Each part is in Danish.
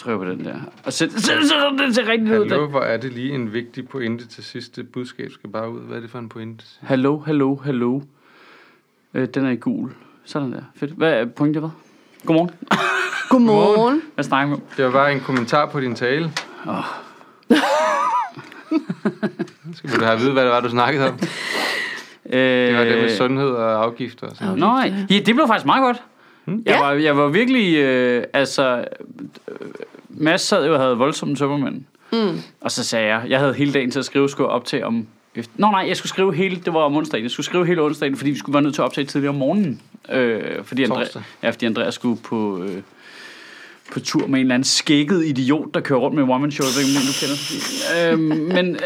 trykker på den der. Og så, så, så, så det ser rigtigt ud. Hallo, der. hvor er det lige en vigtig pointe til sidst. Det budskab skal bare ud. Hvad er det for en pointe? til sidst? Hallo, hallo, hallo. Øh, den er i gul. Sådan der. Fedt. Hvad er pointet hvad? Godmorgen. Godmorgen. Hvad snakker vi om? Det var bare en kommentar på din tale. Oh. skal du da have at vide, hvad det var, du snakkede om. Øh, Det var det med sundhed og afgifter og sådan noget. Nej, ja, det blev faktisk meget godt. Jeg, Hmm? Ja. var, jeg var virkelig, øh, altså, øh, Mads sad jo og havde voldsomme tømmermænd. Mm. Og så sagde jeg, jeg havde hele dagen til at skrive, skulle op til om... efter- Nå nej, jeg skulle skrive hele, det var om onsdagen, jeg skulle skrive hele onsdagen, fordi vi skulle være nødt til at optage tidligere om morgenen. Øh, fordi, Andrea, Torsdag. ja, fordi Andreas skulle på, øh, på tur med en eller anden skækket idiot, der kører rundt med en woman show, jeg ved ikke, om du kender. Øh, men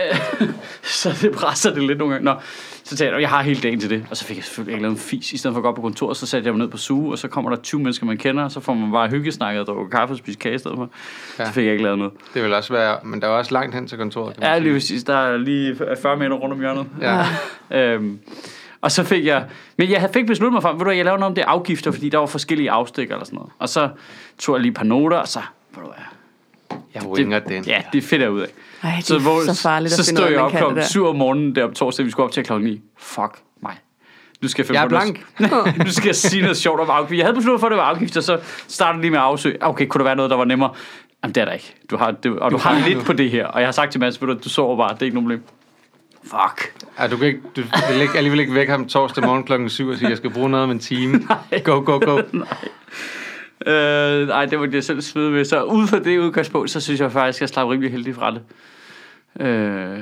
øh, så det presser det lidt nogle gange. Nå, så sagde jeg, jeg har hele dagen til det. Og så fik jeg selvfølgelig ikke lavet en fis. I stedet for at gå op på kontoret, så satte jeg mig ned på suge, og så kommer der 20 mennesker, man kender, og så får man bare hyggesnakket og drukket kaffe og spise kage i stedet for. Ja. Ja. Så fik jeg ikke lavet noget. Det vil også være, men der er også langt hen til kontoret. kan man Ja, sige. lige præcis. Der er lige 40 meter rundt om hjørnet. Ja. øhm, og så fik jeg... Men jeg havde- fik besluttet mig for, ved du hvad, jeg laver noget om det afgifter, fordi der var forskellige afstikker eller sådan noget. Og så tog jeg lige et par noter, og så... Ved du hvad, Jeg winger den. ja, det finder jeg ud af. Ej, det er hvor- så, farligt så at stod finde ud af, jeg man op kan det klokken der. 7 om morgenen der om torsdag, vi skulle op til klokken 9. Fuck mig. Nu skal jeg, finde Jeg er på noget- nu skal jeg sige noget sjovt om afgifter. Jeg havde besluttet for, at det var afgifter, så startede jeg lige med at afsøge. Okay, kunne der være noget, der var nemmere? Jamen, det er der ikke. Du har, det, og du, Du har har lidt nu. på det her. Og jeg har sagt til Mads, ved du, du sover bare, det er ikke nogen problem. Fuck. Ja, du, kan ikke, du vil ikke, alligevel ikke vække ham torsdag morgen klokken 7 og sige, jeg skal bruge noget om en time. Go, go, go. Øh, nej, det var det, jeg selv svede med. Så ud fra det udgangspunkt, så synes jeg faktisk, at jeg slap rimelig heldig fra det. Øh,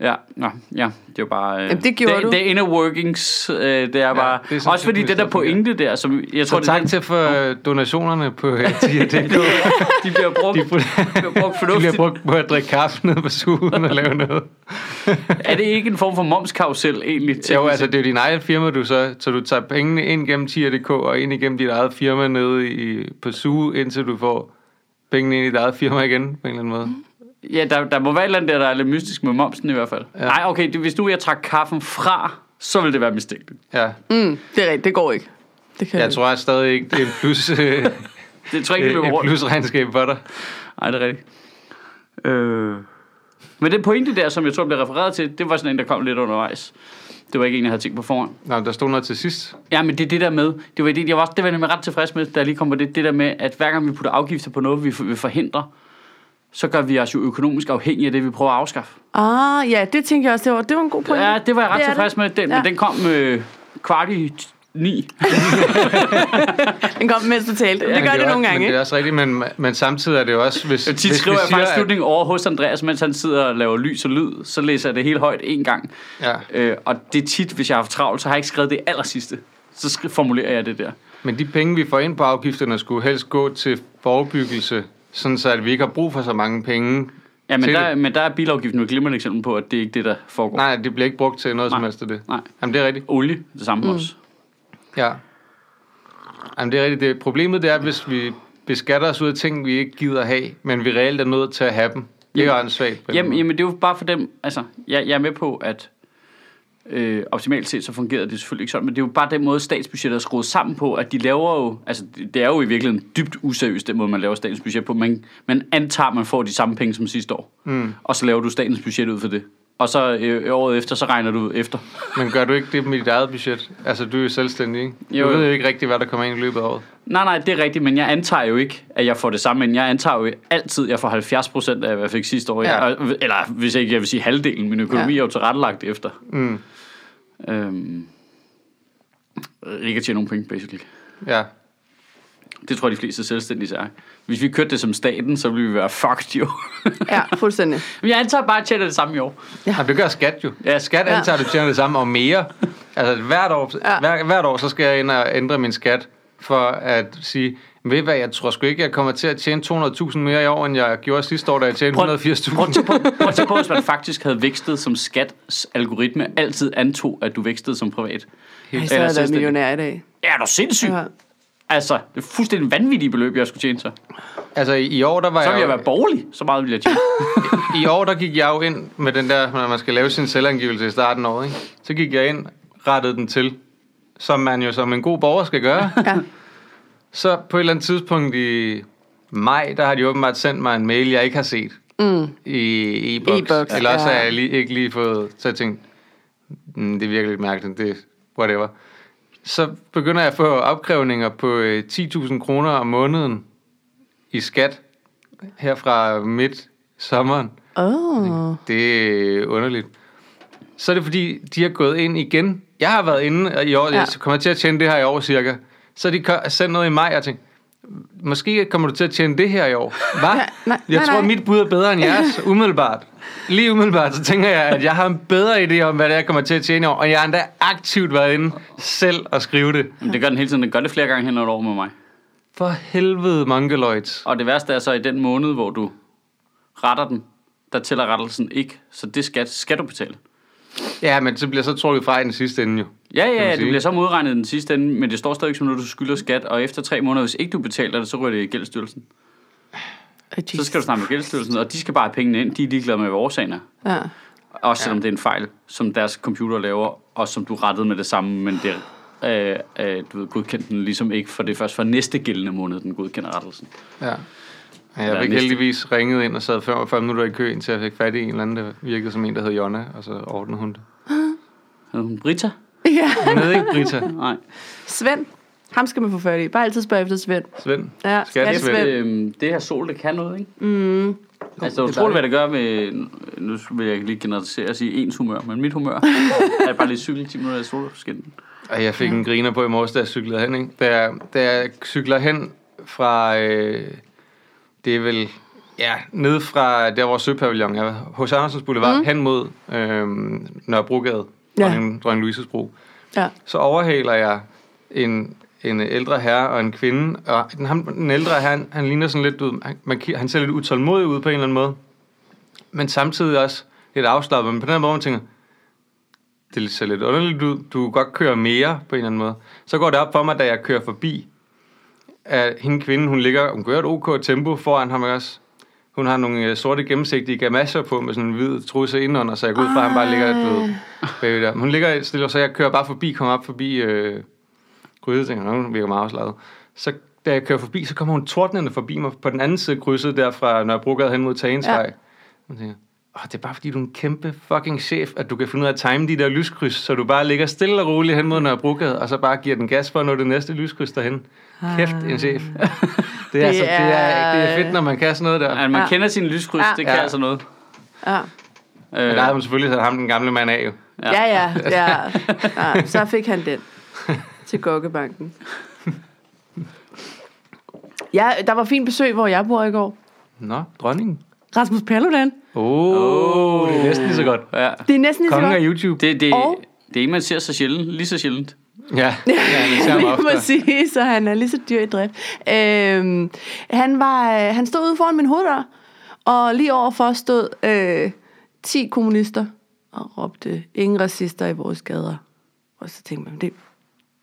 ja, nå, ja, det var bare... Øh, Jamen, det gjorde det, du. Det er inner workings, øh, det er bare... det er sådan også fordi set, det der det fungerer. pointe der, som jeg tror, Så det er tak den, til for øh, donationerne på øh, TIA.dk. de bliver brugt, De, br- de bliver brugt de fornuftigt. bliver brugt på at drikke kaffe nede på sugen og lave noget. Er det ikke en form for momskarusel egentlig? teknisk Jo, set? altså det er jo din egen firma, du så, så du tager pengene ind gennem TIA.dk og ind igennem dit eget firma nede i, på suge, indtil du får pengene ind i dit eget firma igen, på en eller anden måde. Mm-hmm. Ja, der, der må være et eller andet der, der er lidt mystisk med momsen i hvert fald. Ja. Nej, okay, det, hvis nu jeg trak kaffen fra, så ville det være mistænkeligt. Ja, Mm, det er rigtigt, det går ikke. Det kan Mm. jeg tror jeg stadig ikke, det er en plus, øh, Det tror jeg ikke, det et løber rundt. plusregnskab for dig. Nej, det er rigtigt. Øh. Men den pointe der, som jeg tror, blev refereret til, det var sådan en, der kom lidt undervejs. Det var ikke en, jeg havde tænkt på forhånd. Nå, der stod noget til sidst. Ja, men det er det der med, det var det, jeg var, det var jeg nemlig ret tilfreds med, da jeg lige kom på det, det der med, at hver gang vi putter afgifter på noget, vi for- vil forhindre, så gør vi os jo økonomisk afhængige af det, vi prøver at afskaffe. Ah, ja, det tænker jeg også, det var, det var en god point. Ja, det var jeg ret Det er tilfreds det. med, den, Ja. men den kom øh, kvart i t- ni. Den kom, mens du talte. det Men gør det, er- nogle gange, Men det ikke? er også rigtigt, men, men samtidig er det jo også, hvis, Jeg tit hvis skriver jeg faktisk at- slutningen over hos Andreas, mens han sidder og laver lys og lyd, så læser jeg det helt højt en gang. Ja, Øh, og det er tit, hvis jeg har haft travlt, så har jeg ikke skrevet det aller sidste. Så skri- formulerer jeg det der. men de penge, vi får ind på afgifterne, skulle helst gå til forebyggelse, sådan så at vi ikke har brug for så mange penge. Ja, men til der, det. men der er bilafgiften jo et glimrende eksempel på, at det er ikke det, der foregår. Nej, det bliver ikke brugt til noget Nej. som helst af det. Nej. Jamen, det er rigtigt. Olie, det samme mm. også. Ja. Jamen, det er rigtigt. Det, problemet det er, hvis vi beskatter os ud af ting, vi ikke gider have, men vi reelt er nødt til at have dem. Det er jo ansvagt. Jamen, jamen, det er jo bare for dem, altså, jeg, jeg er med på, at øh, optimalt set, så fungerede det selvfølgelig ikke sådan, men det er jo bare den måde, statsbudgettet er skruet sammen på, at de laver jo, altså, det det er jo i virkeligheden dybt useriøst, den måde, man laver statens budget på, men man antager, man får de samme penge som sidste år, mm. og så laver du statens budget ud for det. Og så øh, året efter, så regner du efter. Men gør du ikke det med dit eget budget? Altså, du er jo selvstændig, ikke? Jo, Jo. jo. Du ved jo ikke rigtigt, hvad der kommer ind i løbet af året. Nej, nej, det er rigtigt, men jeg antager jo ikke, at jeg får det samme, men jeg antager jo altid, at jeg får 70 procent af, hvad jeg fik sidste år. Ja. Ja. Eller hvis ikke, jeg vil sige halvdelen, min økonomi ja. Ja. er jo tilrettelagt efter. Mm. Øhm, øh, ikke at tjene nogen penge, basically. Ja. Det tror jeg, de fleste selvstændige er. Hvis vi kørte det som staten, så ville vi være fucked, jo. Ja, fuldstændig. men jeg antager bare, at jeg tjener det samme i år. Jamen, det gør skat jo. Ja. Skat Ja. antager, at du tjener det samme og mere. Altså, hvert år, Ja. hver, hvert år så skal jeg ind og ændre min skat for at sige, ved I hvad, jeg tror sgu ikke, jeg kommer til at tjene 200.000 mere i år, end jeg gjorde sidste år, da jeg tjente 180.000. prøv, at tænke på- prøv at tænke på, hvis man faktisk havde vækstet som skats algoritme, altid antog, at du vækstede som privat. Ej, så er Eller jeg været selvstændig. millionær i dag. Er du sindssyg? Ja. Ja. Altså, det er fuldstændig vanvittige beløb, jeg skulle tjene så. Altså, i i år, der var Så ville jeg jo- være borgerlig, så meget ville jeg tjene. I år, der gik jeg jo ind med den der, når man skal lave sin selvangivelse i starten af året, ikke? så gik jeg ind, rettede den til, som man jo som en god borger skal gøre. Ja. Så på et eller andet tidspunkt i maj, der har de åbenbart sendt mig en mail, jeg ikke har set mm. i e-boks. E-boks, Eller også ja. har jeg lige, ikke lige fået... Så jeg tænkte, mm, det virker lidt mærkeligt, det whatever. Så begynder jeg at få opkrævninger på øh, 10.000 kroner om måneden i skat her fra midt sommeren. Åh. Oh. Det er underligt. Så er det fordi, de har gået ind igen. Jeg har været inde øh, i år, ja. Ja. jeg kommer til at tjene det her i år cirka. Så de ko- sendt noget i maj, og jeg tænkte, måske kommer du til at tjene det her i år. Hvad? Ja, nej, jeg nej, tror, nej. mit bud er bedre end jeres, umiddelbart. Lige umiddelbart, så tænker jeg, at jeg har en bedre idé om, hvad det er, jeg kommer til at tjene i år. Og jeg har endda aktivt været inde selv og skrive det. Men det gør den hele tiden. Den gør det flere gange hen over et år med mig. For helvede, Mongoloids. Og det værste er så, i den måned, hvor du retter den, der tæller rettelsen ikke. Så det skat, skal du betale. Ja, men så bliver jeg så trukket fra i den sidste ende jo. Ja, man ja, ja, det sige. bliver så modregnet i den sidste ende, men det står stadig som noget, du skylder skat, og efter tre måneder, hvis ikke du betaler det, så ryger det i gældsstyrelsen. Så skal du snakke med gældsstyrelsen, og de skal bare have pengene ind, de er ligeglade med, hvad årsagen er. Ja. Også selvom ja. det er en fejl, som deres computer laver, og som du rettede med det samme, men det øh, øh, du ved, godkendte den ligesom ikke, for det er først for næste gældende måned, den godkender rettelsen. Ja. Eller Jeg fik næste. heldigvis ringet ind og sad 45 minutter i kø, indtil jeg fik fat i en eller anden, der virkede som en, der hed Jonna, og så ordnede hun det. Hedder hun Brita? ja. Hun hed ikke Brita. Nej. Svend. Ham skal man få fat i. Bare altid spørge efter Svend. Svend. Ja, Skat Svend. Svend. Øhm, det her sol, det kan noget, ikke? Mm. Altså, det er det er utroligt, hvad det gør med... Nu vil jeg lige generalisere og sige ens humør, men mit humør er bare lidt cykel 10 minutter i solskinnen. Og jeg fik en griner på i morges, da jeg cyklede hen. Ikke? Da, jeg, da jeg cykler hen fra, øh, det er vel, ja, ned fra der, hvor Søpavillon er, hos Andersens Boulevard, mm. hen mod øh, Nørrebrogade, Ja. ja. dronning, dronning Louises bro. Ja. Så overhaler jeg en, en ældre herre og en kvinde, og den, ham, den ældre herre, han, han ligner sådan lidt, du, ved, han, man, ki- han ser lidt utålmodig ud på en eller anden måde, men samtidig også lidt afslappet, men på den her måde, man tænker, det ser lidt underligt ud, du kunne godt køre mere på en eller anden måde. Så går det op for mig, da jeg kører forbi, at hende kvinde, hun ligger, hun kører et ok tempo foran ham ikke også, hun har nogle øh, sorte gennemsigtige gamasser på med sådan en hvid trusse indenunder, så jeg går ud fra, at han bare ligger du ved, bagved der. Men Hun ligger stille, så jeg kører bare forbi, kommer op forbi øh, krydset, tænker, "Nå, hun virker meget afslaget. Så da jeg kører forbi, så kommer hun tordnende forbi mig på den anden side af krydset, der fra Nørrebrogade hen mod Tagensvej. Ja. Og tænker, Åh, det er bare fordi, du er en kæmpe fucking chef, at du kan finde ud af at time de der lyskryds, så du bare ligger stille og roligt hen mod Nørrebrogade, og så bare giver den gas for at nå det næste lyskryds derhen. Kæft, en chef. Ah. Det er, altså, det, er, det er fedt, når man kan sådan noget der. At Altså, man ja. Ja. kender sin lyskryds, ja. Ja. det kan ja. Ja. altså noget. Ja. Øh, Men der havde man selvfølgelig sat ham, den gamle mand, af jo. Ja. Ja. Ja, ja, ja, ja. Så fik han den til Gokkebanken. Ja, der var fint besøg, hvor jeg bor i går. Nå, dronningen. Rasmus Paludan. Åh, oh, det er næsten lige så godt. Øh, ja. Det er næsten lige så Kongen af godt. YouTube. Det, det, Og- det er en, man ser så sjældent, lige så sjældent. Ja, ja det ser mig Lige ofte. præcis, så han er lige så dyr i drift. Øhm, han, var, øh, han stod ude foran min hoveddør, og lige overfor stod øh, 10 kommunister og råbte, ingen racister i vores gader. Og så tænkte man, det,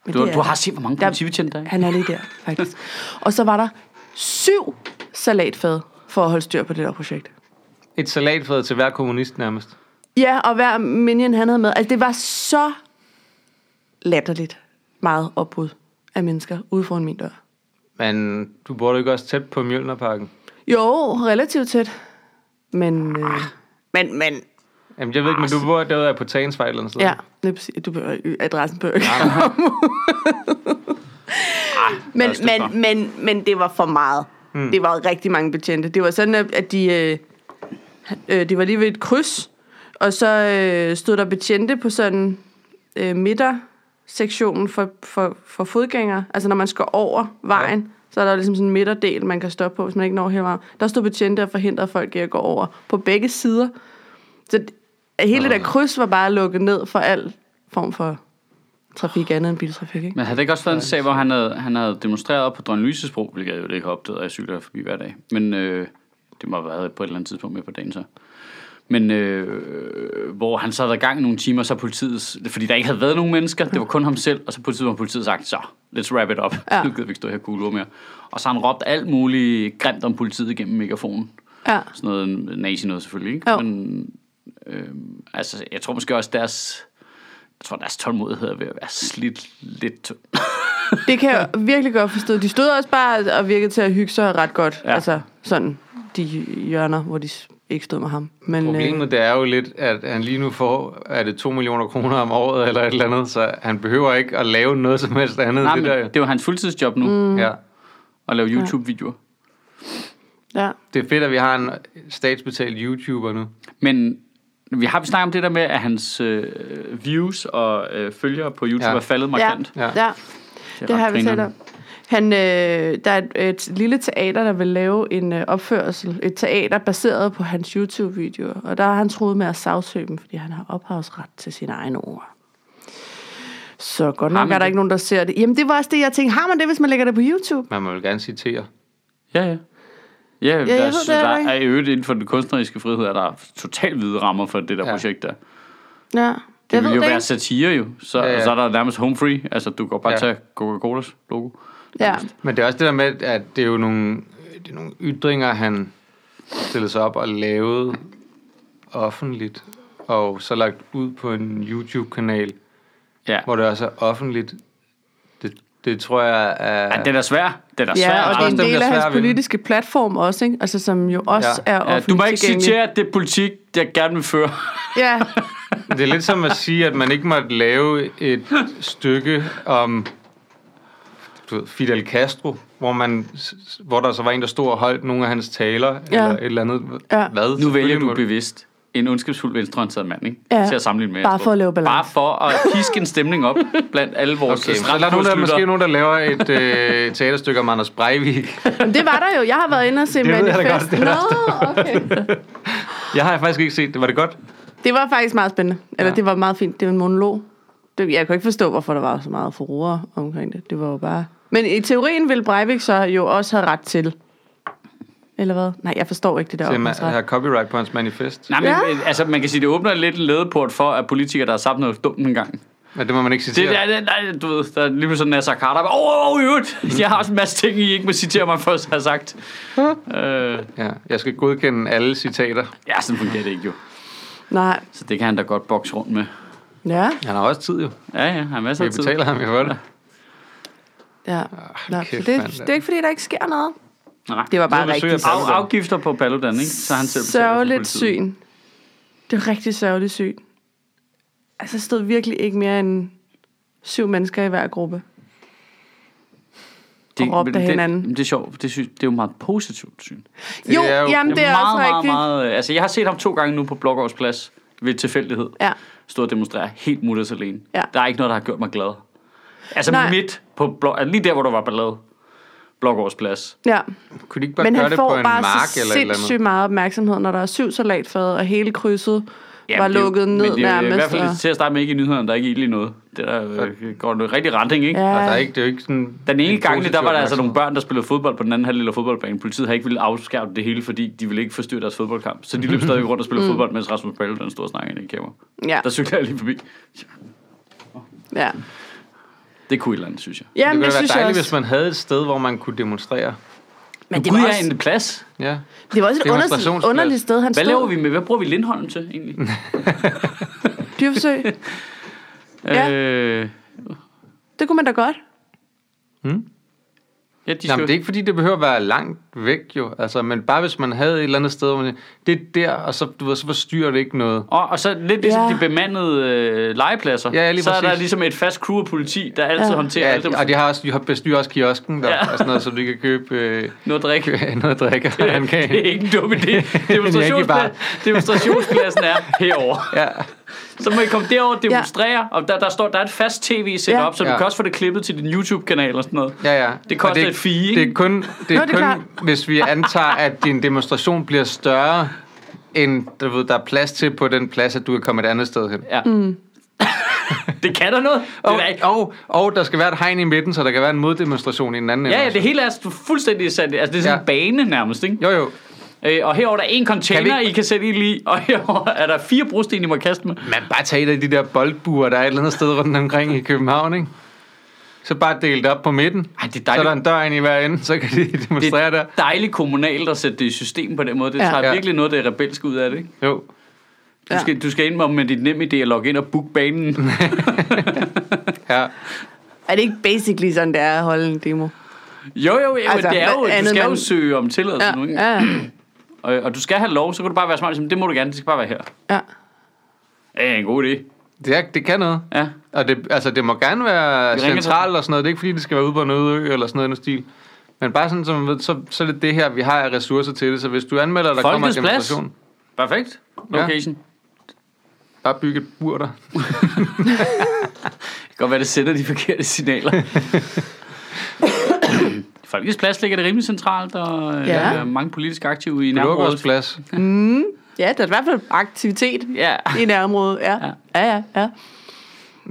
men Du, det er du har der. set, hvor mange Der- politibetjente der er. Han er lige der, faktisk. Og så var der syv salatfad for at holde styr på det der projekt. Et salatfad til hver kommunist nærmest. Ja, og hver minion han havde med. Altså, det var så latterligt meget opbud af mennesker ude foran min dør. Men du bor da ikke også tæt på Mjølnerparken? Jo, relativt tæt. Men, øh, men, men, Jamen, jeg ved ikke, men du bor derude af på Tagensvej eller sådan ja, lige præcis. Du behøver, adressen behøver ikke komme ud. der men, er stykker. men, men, men det var for meget. Mm. Det var rigtig mange betjente. Det var sådan, at at de, øh, øh, de var lige ved et kryds, og så øh, stod der betjente på sådan øh, midtersektionen for, for, for fodgængere. Altså når man skal over vejen, ja. så er der ligesom sådan en midterdel, man kan stoppe på, hvis man ikke når hele vejen. Der stod betjente og forhindrede folk i at gå over på begge sider. Så d- hele Ah. det der kryds var bare lukket ned for al form for trafik, andet end biltrafik, ikke? Men havde det ikke også været en sag, hvor han havde, han havde demonstreret op på Dronning Lyses bro, hvilket jeg jo ikke har opdaget, og jeg cykler forbi hver dag. Men øh, det må have været på et eller andet tidspunkt med på dagen så. Men øh, hvor han så havde været i gang i nogle timer, så politiet, fordi der ikke havde været nogen mennesker, det var kun ham selv, og så på et tidspunkt har politiet sagt, så, let's wrap it up, ja. Ja. nu gider vi ikke stå her og kugle mere. Og så har han råbt alt muligt grimt om politiet gennem megafonen. Ja. Sådan noget nazi noget selvfølgelig, ikke? Jo. Men øh, altså, jeg tror måske også deres, jeg tror deres tålmodighed er ved at være slidt lidt tynd. Det kan jeg virkelig godt forstå. De stod også bare og virkede til at hygge sig ret godt. Ja. Ja. Altså sådan de hjørner, hvor de s- ikke stod med ham. Men, øh, Problemet det er jo lidt, at han lige nu får, er det 2 millioner kroner om året eller et eller andet, så han behøver ikke at lave noget som helst andet. Nej, det men der, det er jo hans fuldtidsjob nu, mm. ja. at lave YouTube-videoer. øh, ja. det er fedt, at vi har en statsbetalt YouTuber nu. Men vi har vi snakket om det der med, at hans øh, views og øh, følgere på YouTube Ja. ja. er faldet markant. Ja, Ja. ja. er Det, det ret har vi talt grineren. om. Han, øh, der er et, et lille teater, der vil lave en øh, opførsel. Et teater baseret på hans YouTube-videoer. Og der har han troet med at sagsøge dem, fordi han har ophavsret til sine egne ord. Så godt Har nok man er der det? ikke nogen, der ser det. Jamen, det var også det, jeg tænkte. Har man det, hvis man lægger det på YouTube? Man må jo gerne citere. Ja, ja. Ja, ja der, jeg ved er, det der heller ikke. er i øvrigt inden for den kunstneriske frihed, er der totalt hvide rammer for det der Ja. ja. projekt der. Ja. Jeg Det vil ved jo være ikke. satire jo, så, Ja, ja, ja. ja. så er der nærmest home free. Altså, du går bare Ja. ja. tage Coca-Colas logo. Ja. Men det er også det der med, at det er jo nogle, det er nogle ytringer, han stillede sig op og lavede offentligt, og så lagt ud på en YouTube-kanal, Ja. hvor det også er offentligt. Det, det tror jeg er... ja. den er svær. Den er svær. Ja, og det er også en dem, der del af er svære hans at vinde. politiske platform også, ikke? Altså, som jo også Ja. ja. er ja, offentligt du må ikke tilgængelig. citere, at det er politik, jeg gerne vil føre. Ja, Det er lidt som at sige, at man ikke måtte lave et stykke om du ved, Fidel Castro, hvor, man, hvor der så var en, der stod og holdt nogle af hans taler, ja. Ja. eller et eller andet. Ja. Nu vælger Hvad? du Selvfølgelig må- bevidst en ondskabsfuld venstrehåndsat mand, ikke? Ja. Til at sammenligne med. Bare Astrup. for at lave balance. Bare for at piske en stemning op blandt alle vores Okay, så er der nogen, der, måske nogen, der laver et øh, teaterstykke om Anders Breivik. men det var der jo. Jeg har været inde og se Det ved jeg da godt, manifest. det er der Nå, okay. Jeg har faktisk ikke set det. Var det godt? Det var faktisk meget spændende. Eller Ja. ja. det var meget fint. Det var en monolog. Det, jeg kunne ikke forstå, hvorfor der var så meget furore omkring det. Det var jo bare... Men i teorien ville Breivik så jo også have ret til. Eller hvad? Nej, jeg forstår ikke det der Ja, man, ophavsret. har copyright på hans manifest. Nej, men, Ja. ja. altså, man kan sige, det åbner lidt en ledeport for, at politikere, der har sagt noget dumt en gang. Men det må man ikke Det, citere. ja. der, der, du ved, der er lige sådan Nasser Carter. Åh, oh, oh, i øvrigt, jeg har også en masse ting, I ikke må citere mig for, at have sagt. øh, Ja, jeg skal godkende alle citater. ja, sådan fungerer det ikke jo. Nej. Så det kan han da godt bokse rundt med. Ja, Han har også tid jo. Ja, ja, han har masser Vi af tid. betaler ham jo for det. ja. Nå, kæft, så det, mand. det er ikke, fordi der ikke sker noget. Nej. Det var bare Så besøger rigtig jeg Af, afgifter på Paludan, ikke? Så han selv betaler for sørgeligt politiet. syn. Det er rigtig sørgeligt syn. Altså, der stod virkelig ikke mere end syv mennesker i hver gruppe. Og råbte men det, af hinanden. Det, det er sjovt. Det, synes, det er jo meget positivt syn. Det jo, er jo- jamen, det er meget, også meget, rigtigt. Meget, øh, altså, jeg har set ham to gange nu på Blågårds Plads ved tilfældighed. Ja. Stå og demonstrere helt mutters alene. Ja. Der er ikke noget, der har gjort mig glad. Altså Nej. Nej. midt på Blå, altså, lige der, hvor der var ballade. Blågårds Plads. Ja. Kunne de ikke bare Men gøre han det får på en bare mark så eller et eller andet? sindssygt meget opmærksomhed, når der er syv salatfade, og hele krydset Jamen, var det er jo- lukket ned men det er jo nærmest. I hvert og- fald til at starte med ikke i nyhederne, der er ikke ild i noget. Det der øh, går en rigtig retning, ikke? Og der er ja, ikke, det er jo ikke sådan... Den ene en gang, der positiv var der altså nogle opmærksomhed. børn, der spillede fodbold på den anden halvdel af fodboldbanen. Politiet har ikke ville afskærme det hele, fordi de ville ikke forstyrre deres fodboldkamp. Så de løb stadig rundt og spillede fodbold, mens Rasmus Paludan stod og snakkede ind i kamera. ja, Der cyklede jeg lige forbi. ja. Det kunne et eller andet, synes jeg. Det Jamen, kunne det, da være synes jeg dejligt, hvis også. man havde et sted, hvor man kunne demonstrere. Men det Gud, var jeg også- en plads. Ja. Det var også et underligt, Demonstrationsplads. underligt sted, han Hvad laver stod. vi med? Hvad bruger vi Lindholm til, egentlig? Øh, Dyrforsøg. Ja. øh, Det kunne man da godt. ja, de skal... Jamen, det er ikke, fordi det behøver at være langt væk, jo. Altså, men bare hvis man havde et eller andet sted, hvor man det er der, og så, du ved, så forstyrrer det ikke noget. og, og så lidt ligesom Ja. de bemandede øh, legepladser. Ja, lige så er der præcis. ligesom et fast crew af politi, der altid Ja. håndterer alt det. Ja, og de har også, de har bestyrer også kiosken der, ja. Ja. og sådan noget, så de kan købe øh, Noget at drikke. købe noget at drikke og en Det er kage. ikke en dum idé. bar. Demonstrationspla- demonstrationspladsen er herover. Ja. Så må I komme derover og demonstrere, ja. og der, der, står, der er et fast tv-setup, Ja. så du Ja. kan også få det klippet til din YouTube-kanal og sådan noget. Ja, ja. Det koster Og et fee, ikke? Det er kun, det er Nå, det er klart. kun hvis vi antager, at din demonstration bliver større, end du ved, der er plads til på den plads, at du kan komme et andet sted hen. Ja. Mm. det kan der noget. Og, det er ikke. og, og der skal være et hegn i midten, så der kan være en moddemonstration i den anden Ja, ja, ende. det hele er du fuldstændig sandt. Altså, det er sådan Ja. ja. en bane nærmest, ikke? Jo, jo. Øh, og herover der er en container, Kan kan vi- I kan sætte ild i, og herover er der fire brosten, I må kaste med. Man bare tage et af de der boldbuer, der er et eller andet sted rundt omkring i København, ikke? Så bare dele det op på midten. Ej, det er Så er dejligt. der en dør ind i hver ende, så kan de Det demonstrere der. er dejligt kommunalt at sætte det i system på den måde. Det Ja. tager Ja. virkelig noget, der er rebelsk ud af det, ikke? Jo. Du, Ja. skal, du skal ind med, med dit nem idé at logge ind og booke banen. Ja. Er det ikke basically sådan, det er at holde en demo? Jo, jo, jo altså, Altså, det er jo, hvad du andet skal jo man- søge om tilladelse Ja, ja, nu, ikke? ja, Og, og du skal have lov, så kan du bare være smart og sige, det må du gerne, det skal bare være her. ja. Ja, en god idé. Det, er, det kan noget. Ja. Og det, altså, det må gerne være Vi ringer til- centralt og sådan noget. Det er ikke, fordi det skal være ude på en øde ø eller sådan noget i den stil. Men bare sådan, som, man ved, så, så er det det her, vi har af ressourcer til det. Så hvis du anmelder, at der kommer en Folkets Plads. demonstration, plads. Perfekt. Location. Ja. bare bygge et bur der. Det kan godt være, det sender de forkerte signaler. Folkets plads ligger det rimelig centralt, og ja. der Ja. er mange politisk aktive i nærområdet. Lukkårdsplads. Mm. Ja, der er i hvert fald aktivitet Ja. i nærområdet. Ja, ja, ja. ja.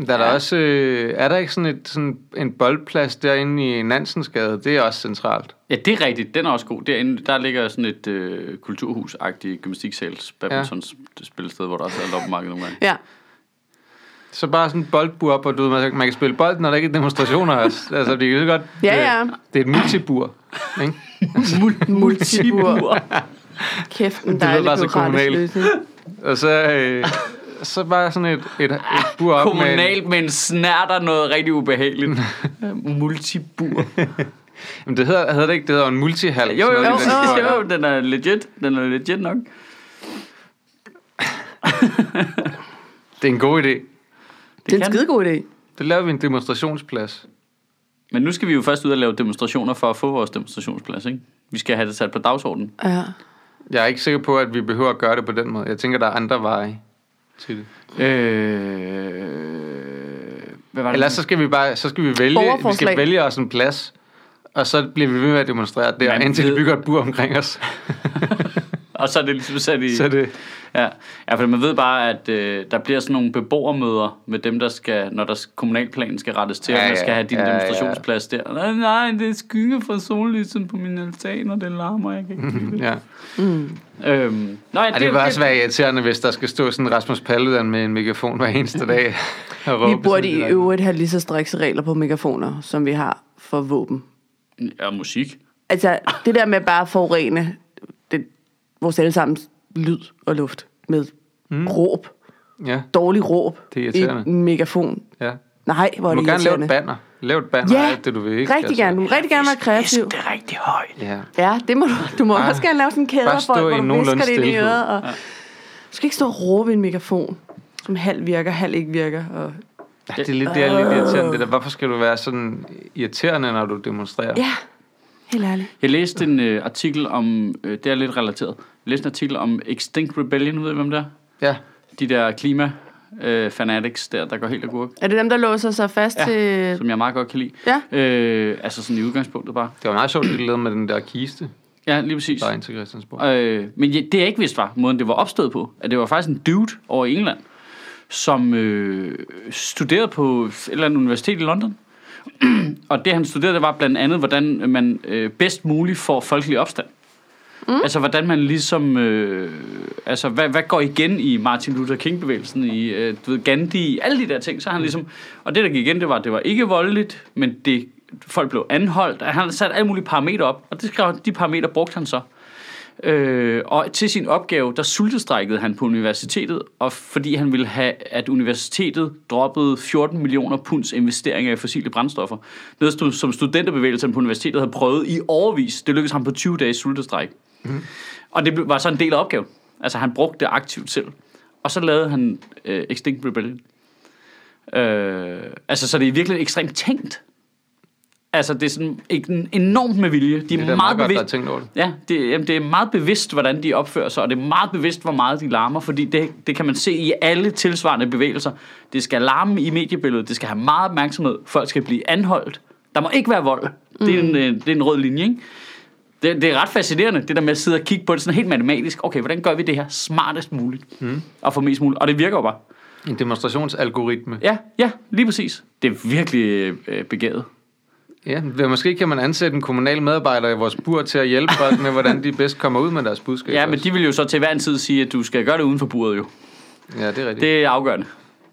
Der er der også, øh, er der ikke sådan, et, sådan en boldplads derinde i Nansensgade? Det er også centralt. ja, det er rigtigt. Den er også god. Derinde, der ligger sådan et øh, kulturhus-agtigt gymnastiksals, badmintons ja. spillested, hvor der også er loppemarked nogle gange. ja. Så bare sådan en boldbur op, og du ved, man, man kan spille bold, når der ikke er demonstrationer også. Altså, det er jo godt. Ja, det, ja. Det er et multibur, ikke? Multibur. Kæft, en dejlig bare så bureaukratisk kommunalt. løsning. Og så, øh, så bare sådan et, et, et bur op med... En, Kommunalt, men snart er noget rigtig ubehageligt. Multibur. jamen, det hedder, hedder det ikke, det hedder en multihal. Jo, jo, jo, sådan noget, det der. jo, jo, den er legit. Den er legit nok. Det er en god idé. Det er kan- en skidegod idé. Det laver vi en demonstrationsplads. Men nu skal vi jo først ud og lave demonstrationer for at få vores demonstrationsplads, ikke? Vi skal have det sat på dagsordenen. Ja. Jeg er ikke sikker på, at vi behøver at gøre det på den måde. Jeg tænker, der er andre veje til det. Øh, hvad var det? Ellers så skal vi bare så skal vi vælge, vi skal Borgerforslag. vælge os en plads, og så bliver vi ved med at demonstrere der, Man indtil ved- de bygger et bur omkring os. og så er det ligesom sat i... Så er det, Ja. ja, for man ved bare, at øh, der bliver sådan nogle beboermøder med dem, der skal, når der s- kommunalplanen skal rettes til, ja, Ja, og man ja, skal have din ja, ja, ja. demonstrationsplads der. Nej, nej, det er skygge fra sollyset på min altan, og det larmer, jeg kan ikke lide det. ja. øhm, nej, Og det vil også være irriterende, hvis der skal stå sådan Rasmus Paludan med en megafon hver eneste dag. og Vi råbe burde sådan i direkte. øvrigt have lige så strikse regler på megafoner, som vi har for våben. Ja, musik. Altså, det der med bare at forurene det, vores allesammens lyd og luft med mm. råb, Ja, dårlig råb Det er i irriterende. en megafon. ja. Nej, hvor er Du må det gerne lave irriterende. et banner. Lav et banner af ja, alt det, du vil. Ikke? Altså, rigtig gerne. Du må rigtig gerne være kreativ. Det er rigtig højt. Ja. Ja, det må du. Du må også gerne lave sådan en kæde bare af folk, stå i hvor du nogenlunde visker det ind i stilhed. øret. Og... Du skal ikke stå og råbe i en megafon, som halv virker, halv ikke virker. Og... Ja, det er lidt, det er lidt irriterende. Det der. Hvorfor skal du være sådan irriterende, når du demonstrerer? Ja, helt ærligt. Jeg læste en øh, artikel om, øh, det er lidt relateret, jeg læste en artikel om Extinct Rebellion, ved I hvem det er? ja. De der klima øh, fanatics der, der går helt af gurk, Er det dem, der låser sig fast ja. til... som jeg meget godt kan lide. Ja. Øh, altså sådan i udgangspunktet bare. Det var meget sjovt, at de lavede med den der kiste, Ja, lige præcis. der er ind til Christiansborg. Øh, men jeg, det jeg ikke vidste var, måden det var opstået på, at det var faktisk en dude over i England, som øh, studerede på et eller andet universitet i London. og det han studerede, det var blandt andet, hvordan man øh, bedst muligt får folkelig opstand. Mm. Altså hvordan man ligesom, øh, altså hvad, hvad går igen i Martin Luther King-bevægelsen, i øh, du ved, Gandhi, alle de der ting, så har han ligesom, og det der gik igen, det var, at det var ikke voldeligt, men det, folk blev anholdt, han har sat alle mulige parametre op, og det skrev, de parametre brugte han så. Øh, og til sin opgave, der sultestrækkede han på universitetet, og fordi han ville have, at universitetet droppede 14 millioner punds investeringer i fossile brændstoffer. Noget, stu- som studenterbevægelsen på universitetet havde prøvet i overvis. Det lykkedes ham på 20 dages sultestræk. Mm. Mhm. Og det blev- var så en del af opgaven. Altså, han brugte det aktivt selv. Og så lavede han øh, Extinct Rebellion. Øh, altså, så det er virkelig ekstremt tænkt. Altså, det er sådan en- enormt med vilje. De er, det er da meget, meget godt, der bevidste. er tænkt over det. Ja, det, jamen, det er meget bevidst, hvordan de opfører sig, og det er meget bevidst, hvor meget de larmer, fordi det, det kan man se i alle tilsvarende bevægelser. Det skal larme i mediebilledet, det skal have meget opmærksomhed, folk skal blive anholdt. Der må ikke være vold. Det, er en, øh, det er en rød linje, ikke? Det, det er ret fascinerende, det der med at sidde og kigge på det sådan helt matematisk. Okay, hvordan gør vi det her smartest muligt? Mm. Og for mest muligt. Og det virker jo bare. En demonstrationsalgoritme. Ja, ja, lige præcis. Det er virkelig øh, begavet. Ja, men måske kan man ansætte en kommunal medarbejder i vores bur til at hjælpe folk med, hvordan de bedst kommer ud med deres budskab. Ja, men også. de vil jo så til hver en tid sige, at du skal gøre det uden for buret jo. ja, det er rigtigt. Det... Det er afgørende.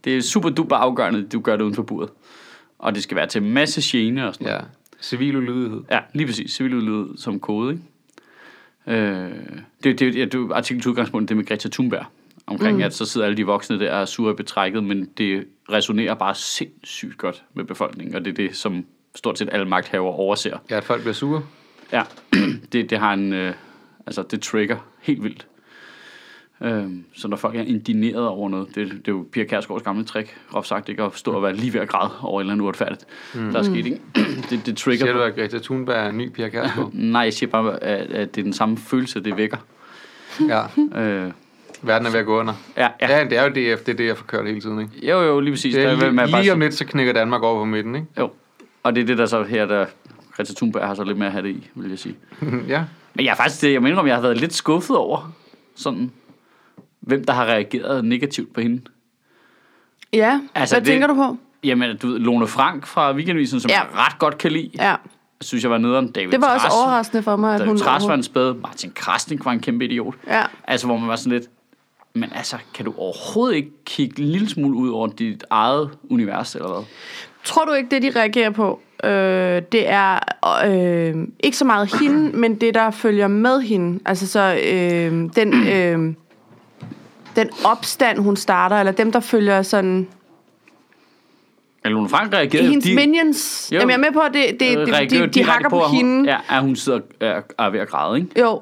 Det er super duper afgørende, at du gør det uden for buret. Og det skal være til masse gene og sådan noget. Ja. Civil ulydighed. Ja, lige præcis. Civil udlyd som kode, ikke? Øh, det, det, ja, det er jo artiklens udgangspunkt, det med Greta Thunberg. omkring, mm. at så sidder alle de voksne der og er sure i betrækket, men det resonerer bare sindssygt godt med befolkningen, og det er det, som stort set alle magthavere overser. Ja, at folk bliver sure. Ja, det, det har en... Øh, altså, det trigger helt vildt. Øhm, så når folk er indigneret over noget, det, det er jo Pia Kærsgaards gamle trick, groft sagt, ikke at stå og være lige ved at græde over et eller andet uretfærdigt, mm. der er sket, ikke? Det, det trigger... Siger du, at Greta Thunberg er en ny Pia Kærsgaard? Nej, jeg siger bare, at, at det er den samme følelse, det vækker. ja, Øh, verden er ved at gå under. ja, ja. Ja, det er jo DF, det er det, jeg forkørt hele tiden, ikke? Jo, jo, lige præcis. Det Der er, er vel med at lige, bare lige sige- om lidt, så knækker Danmark over på midten, ikke? Jo, og det er det, der så her, der Greta Thunberg har så lidt mere at have det i, vil jeg sige. ja. Men jeg er faktisk, det, jeg mener, jeg har været lidt skuffet over, sådan, hvem der har reageret negativt på hende. Ja, Altså, altså, hvad det- det... tænker du på? Jamen, du ved, Lone Frank fra Weekendvisen, som ja. Ja. jeg ret godt kan lide, Ja, synes jeg var nederen. David det var også Trads, overraskende for mig, at hun... David Tras var en spæd. Martin Krasnik var en kæmpe idiot. Ja. Altså, hvor man var sådan lidt, men altså, kan du overhovedet ikke kigge en lille smule ud over dit eget univers, eller hvad? Tror du ikke, det de reagerer på, øh, det er øh, ikke så meget hende, men det, der følger med hende? Altså så øh, den, øh, den opstand, hun starter, eller dem, der følger sådan... Men Lone Frank Det reagerede hendes de, minions. Jo. Jo, Jamen, jeg er med på, at det, det, øh, det, reagerede de, de, de direkte hakker på, at på hun- hende. Ja, at hun sidder er, er ved at græde, ikke? Jo,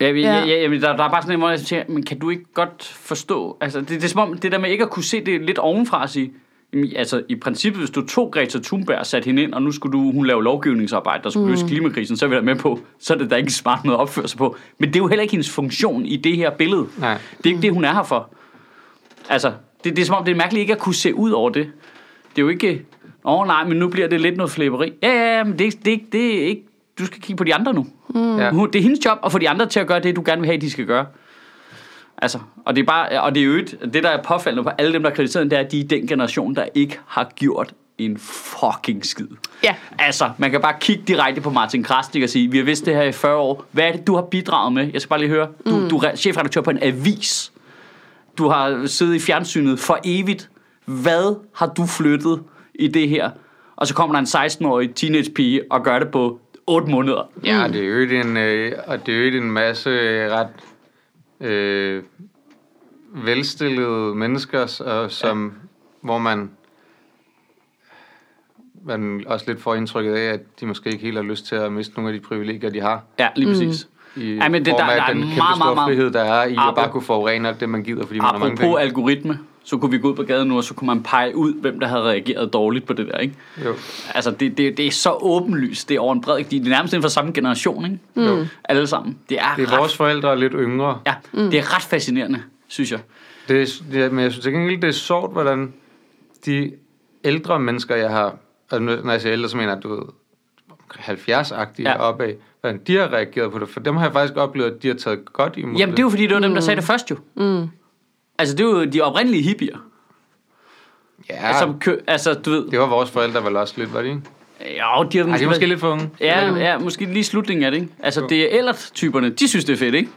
Ja, ja. Ja. ja, ja men der, der er bare sådan en måde, jeg siger, men kan du ikke godt forstå? Altså, det, det er som om, det der med ikke at kunne se det lidt ovenfra at sige, jamen, altså i princippet, hvis du tog Greta Thunberg og satte hende ind, og nu skulle du, hun lave lovgivningsarbejde, der skulle mm. løse klimakrisen, så er vi da med på, så er det da ikke smart noget at opføre sig på. Men det er jo heller ikke hendes funktion i det her billede. Nej. Det er ikke det, hun er her for. Altså, det, det er som om, det er mærkeligt ikke at kunne se ud over det. Det er jo ikke, åh oh, nej, men nu bliver det lidt noget flæberi. Ja, ja, ja, men det, er ikke- det, er ikke- det er ikke, du skal kigge på de andre nu. Mm. Ja. Det er hendes job at få de andre til at gøre det, du gerne vil have, de skal gøre. Altså, og det er bare, og det er jo et, det, der er påfaldende på alle dem, der er kritiseret, det er, at de er den generation, der ikke har gjort en fucking skid. Ja. Altså, man kan bare kigge direkte på Martin Krasnik og sige, vi har vidst det her i 40 år. Hvad er det, du har bidraget med? Jeg skal bare lige høre. Du, mm. du er re- chefredaktør på en avis. Du har siddet i fjernsynet for evigt. Hvad har du flyttet i det her? Og så kommer der en 16-årig teenagepige og gør det på 8 måneder. Ja, det er jo ikke en, øh, og det er jo ikke en masse øh, ret øh, velstillede mennesker, så, som, ja. hvor man, man også lidt får indtrykket af, at de måske ikke helt har lyst til at miste nogle af de privilegier, de har. Ja, lige præcis. I Ja, men det- form der- af der er den meget, kæmpe store meget, meget- frihed, der er i at bare Apropos- kunne forurene alt det, man gider, fordi man har mange Apropos penge. algoritme, så kunne vi gå ud på gaden nu, og så kunne man pege ud, hvem der havde reageret dårligt på det der, ikke? Jo. Altså, det, det, det er så åbenlyst. Det er over en bred... De er nærmest inden for samme generation, ikke? Jo. Alle sammen. Det er, Det er ret, vores forældre er lidt yngre. ja, mm. det er ret fascinerende, synes jeg. Det er, det, er- men jeg synes til gengæld, det er sjovt, hvordan de ældre mennesker, jeg har, og nu- når jeg siger ældre, så mener jeg, du ved, 70-agtige Ja. ja. opad, hvordan de har reageret på det, for dem har jeg faktisk oplevet, at de har taget godt imod Jamen, det er jo fordi, det var dem, der sagde det først jo. Mm. Altså, det er jo de oprindelige hippier. Ja, Ja. Som kø, altså, du ved... det var vores forældre vel også lidt, var det ikke? Jo, de havde Ej, de er måske været- lidt for unge. Ja, ja, måske lige slutningen af det, ikke? Altså, det er ellert-typerne, de synes, det er fedt, ikke?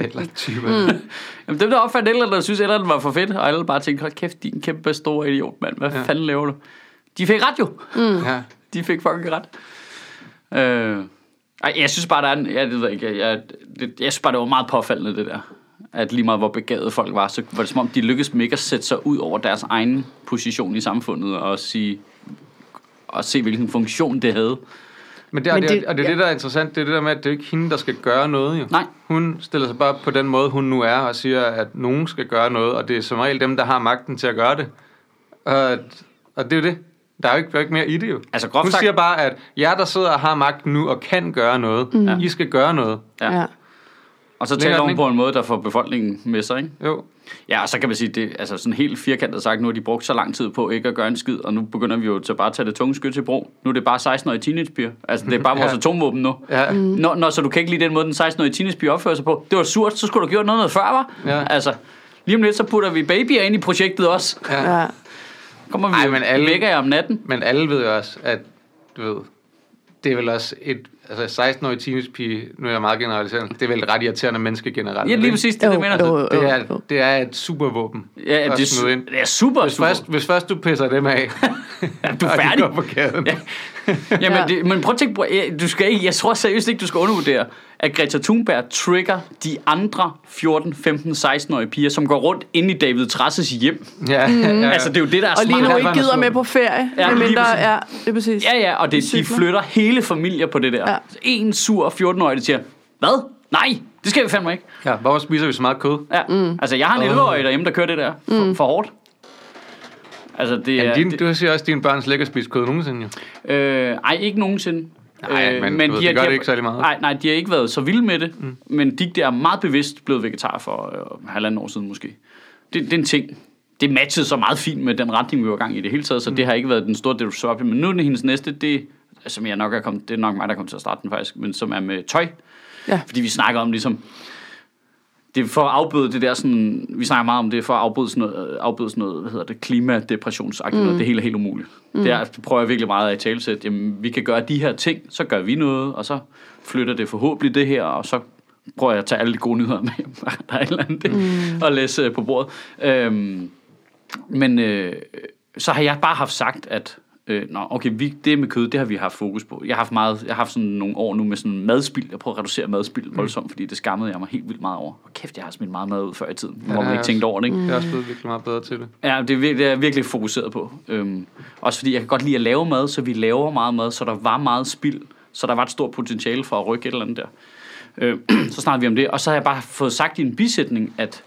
Eller typer. Mm. Jamen, dem, der opfandt Ellert, der synes, Ellert var for fedt, og alle bare tænkte, hold kæft, din kæmpe store idiot, mand. Hvad ja. fanden laver du? De fik ret jo. Ja. De fik fucking ret. Øh, ej, jeg synes bare, der er en, jeg, det ved jeg ikke, jeg, jeg, det, jeg synes bare, det var meget påfaldende, det der. At lige meget, hvor begavede folk var, så var det som om, de lykkedes med ikke at sætte sig ud over deres egen position i samfundet og sige og se, hvilken funktion det havde. Men det, og Men det, det- og det er det, ja. der er interessant, det er det der med, at det er ikke hende, der skal gøre noget, jo. Nej. Hun stiller sig bare på den måde, hun nu er, og siger, at nogen skal gøre noget, og det er som regel dem, der har magten til at gøre det. Og, og det er jo det. Der er jo ikke, der er ikke mere i det, jo. Altså, groft hun sagt- siger bare, at jer, der sidder og har magten nu og kan gøre noget, mm. I skal gøre noget. Ja. ja. Og så Længere taler den, hun ikke? på en måde, der får befolkningen med sig, ikke? Jo. Ja, og så kan man sige, det, altså sådan helt firkantet sagt, nu har de brugt så lang tid på ikke at gøre en skid, og nu begynder vi jo til bare at tage det tunge skyt til brug. Nu er det bare 16-årige teenagepiger. Altså, det er bare vores Ja. atomvåben nu. Ja. Mm. Nå, nå, så du kan ikke lide den måde, den 16-årige teenagepige opfører sig på. Det var surt, så skulle du have gjort noget, noget før, var. Ja. Altså, lige om lidt, så putter vi babyer ind i projektet også. Ja. ja. Kommer vi Ej, Ej, men men alle- vækker jer om natten. Men alle ved jo også, at du ved, det er vel også et... Altså 16-årig teenagepige, nu er jeg meget generaliserende, det er vel et ret irriterende menneske generelt. Ja, lige ikke? præcis det, det Jo, mener. jo, jo. Det er, det er et supervåben. Ja, ja, at det, er, smide su- det er super, Hvis super. først, hvis først du pisser dem af, Er du Og de færdig? går på gaden. Ja. Jamen, Ja. ja. det, men prøv at tænke på, eh, du skal ikke, jeg tror seriøst ikke, du skal undervurdere, at Greta Thunberg trigger de andre 14, 15, 16-årige piger, som går rundt inde i David Trasses hjem. Ja, ja. Altså, det er jo det, der er Og lige smart. nu derfor ikke er han gider slået. med på ferie. Ja, Ja, lige mindre, præcis. ja, det er præcis. Ja, ja, og det, de Cykler. flytter hele familier på det der. Ja. Ja. En sur 14-årig, der siger, hvad? Nej, det skal vi fandme ikke. ja. Hvorfor spiser vi så meget kød? Ja. Mm. Altså, jeg har en 11-årig derhjemme, der kører det der for, Mm. for hårdt. Altså, det er... Ja, din, det, du siger også, at dine børn slet ikke har spist kød nogensinde. Jo. øh, ej, ikke nogensinde. Øh, Nej, men du ved, det gør det ikke særlig meget. Nej, nej, de har ikke været så vilde med det, mm. men de der er meget bevidst blevet vegetar for øh, halvanden år siden måske. Det, det er en ting. Det matchede så meget fint med den retning, vi var i gang i det hele taget, så mm. det har ikke været den store disruption. Men nu er det hendes næste, det, som jeg nok er kommet, det er nok mig, der kommer til at starte den faktisk, men som er med tøj. Ja. Fordi vi snakker om ligesom, det er for at afbøde det der sådan, vi snakker meget om det, er for at afbøde sådan noget, øh, afbøde sådan noget hvad hedder det, klimadepressionsagtigt mm. noget, det hele er helt umuligt. Mm. Det, er, det prøver jeg virkelig meget af i talesæt, jamen vi kan gøre de her ting, så gør vi noget, og så flytter det forhåbentlig det her, og så prøver jeg at tage alle de gode nyheder med, hjem. der er et eller andet, mm. og læse øh, på bordet. Øhm, men øh, så har jeg bare haft sagt, at øh, nå, okay, vi, det med kød, det har vi haft fokus på. Jeg har haft, meget, jeg har haft sådan nogle år nu med sådan madspild. Jeg prøver at reducere madspild voldsomt, fordi det skammede jeg mig helt vildt meget over. Hvor kæft, jeg har smidt meget mad ud før i tiden, hvor jeg man ikke også. tænkte over det. Ikke? Jeg er også blevet virkelig meget bedre til det. Ja, det er, vir- det er jeg virkelig fokuseret på. Øhm, også fordi jeg kan godt lide at lave mad, så vi laver meget mad, så der var meget spild, så der var et stort potentiale for at rykke et eller andet der. Øh, så snakker vi om det, og så har jeg bare fået sagt i en bisætning, at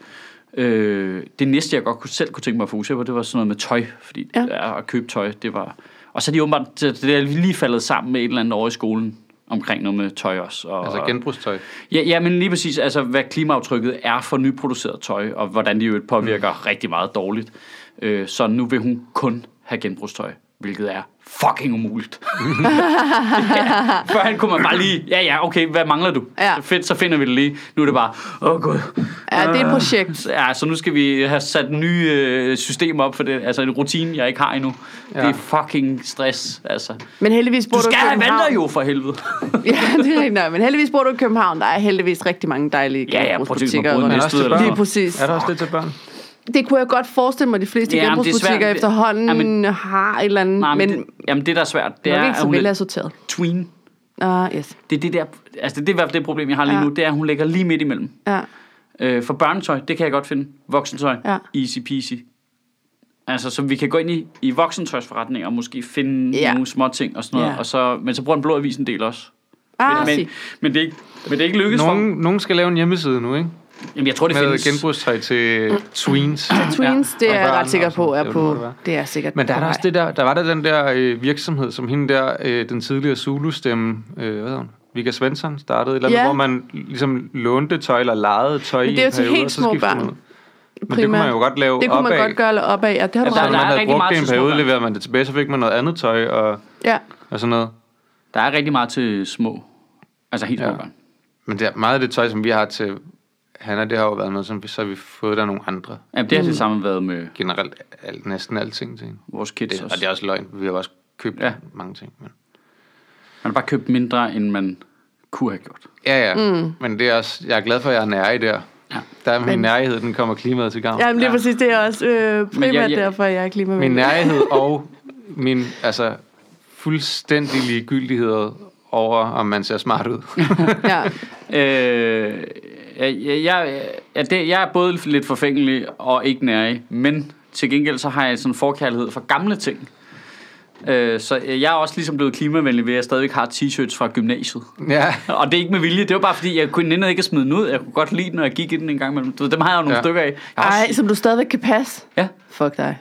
øh, det næste, jeg godt kunne, selv kunne tænke mig at fokusere på, det var sådan noget med tøj, fordi Ja. ja. Ja, at købe tøj, det var... Og så er de åbenbart, det det er lige faldet sammen med et eller andet over i skolen, omkring noget med tøj også. Og, Altså genbrugstøj. Ja, ja, men lige præcis, altså hvad klimaaftrykket er for nyproduceret tøj, og hvordan det jo påvirker mm. rigtig meget dårligt. Øh, så nu vil hun kun have genbrugstøj, hvilket er fucking umuligt. ja, førhen kunne man bare lige, ja ja, okay, hvad mangler du? Ja. Så Fedt, så finder vi det lige. Nu er det bare, åh oh, gud. Ja, det er et Øh, projekt. Ja, så nu skal vi have sat nye øh, systemer op for det, altså en rutine, jeg ikke har endnu. Ja. Ja. Det er fucking stress, altså. Men heldigvis bor Du du, skal i have København. vandret jo for helvede. Ja, det er rigtigt. nok. Men heldigvis bor du i København. Der er heldigvis rigtig mange dejlige Ja, ja, prøv at tænke på genbrugsbutikker. både rundt. Men også Næstved til eller børn. Lige præcis. Er der også det til børn? Det kunne jeg godt forestille mig, de fleste Ja, ja, men det er svært. genbrugsbutikker Det- efterhånden Ja, ja, men- men, har et eller andet. Nej, men, men men det, jamen det, der er svært, det nok er, ikke at så altså. hun er velassorteret. tween. Ah, yes. Det er det der, altså det er i hvert fald det problem, jeg har lige Ja. ja. nu, det er, at hun ligger lige midt imellem. Ja. Øh, for børnetøj, det kan jeg godt finde. Voksentøj, Ja. ja. easy peasy. Altså, så vi kan gå ind i, i voksentøjsforretninger og måske finde Ja. ja. nogle små ting og sådan noget. Ja. Ja. Og så, men så bruger en blå avis en del også. Ah, men, men, men, men, det er ikke, men det er ikke lykkedes for Nogen, nogen skal lave en hjemmeside nu, ikke? dem. Jamen, jeg tror, det Med findes. genbrugstøj til tweens. Tweens, det Og er jeg børn ret sikker og på, sådan. er Det må det på... være. Det er sikkert Men der er på der også vej. det der, der var der den der øh, virksomhed, som hende der, øh, den tidligere Zulu-stemme, øh, hvad hedder hun? Vika Svensson startede, et eller andet, Ja. hvor man ligesom lånte tøj eller lejede tøj Men i det er jo en til periode, helt og så små skiftede børn. man ud. Men det kunne man jo godt lave Det kunne man opad. godt gøre lidt opad, ja, det har du Altså, Der- der, ret når der man i. er havde rigtig brugt meget det i en til små periode, børn. leverede man det tilbage, så fik man noget andet tøj og, Ja. og sådan noget. Der er rigtig meget til små. Altså helt små Ja. børn. Men det er meget af det tøj, som vi har til Hanna, det har jo været noget, som vi, så har vi fået der nogle andre. Jamen, det Mm. har det samme været med Generelt al, næsten alting til hende. vores kids Det, også. og det er også løgn. Vi har også købt ja. Ja. mange ting. Men. Man har bare købt mindre, end man kunne have gjort. Ja, ja. Mm. Men det er også, jeg er glad for, at jeg er nær i der. Ja. Der er min men. nærhed, den kommer klimaet til gavn. Ja, men lige Ja. præcis, det er også øh, primært jeg- jeg- derfor, jeg er Min klimavenlig. nærhed og min altså, fuldstændig ligegyldighed over, om man ser smart ud. Ja. Øh, jeg, jeg, jeg, ja, det, jeg er både lidt forfængelig og ikke nærig, men til gengæld så har jeg sådan en forkærlighed for gamle ting. Øh, så jeg er også ligesom blevet klimavenlig ved, at jeg stadigvæk har t-shirts fra gymnasiet. ja. Og det er ikke med vilje, det var bare fordi, jeg kunne nændede ikke at smide den ud. Jeg kunne godt lide den, når jeg gik i den en gang imellem. Du ved, Dem har jeg jo nogle Ja. ja. stykker af. Jeg har Ej, også, som du stadigvæk kan passe. ja. Fuck dig.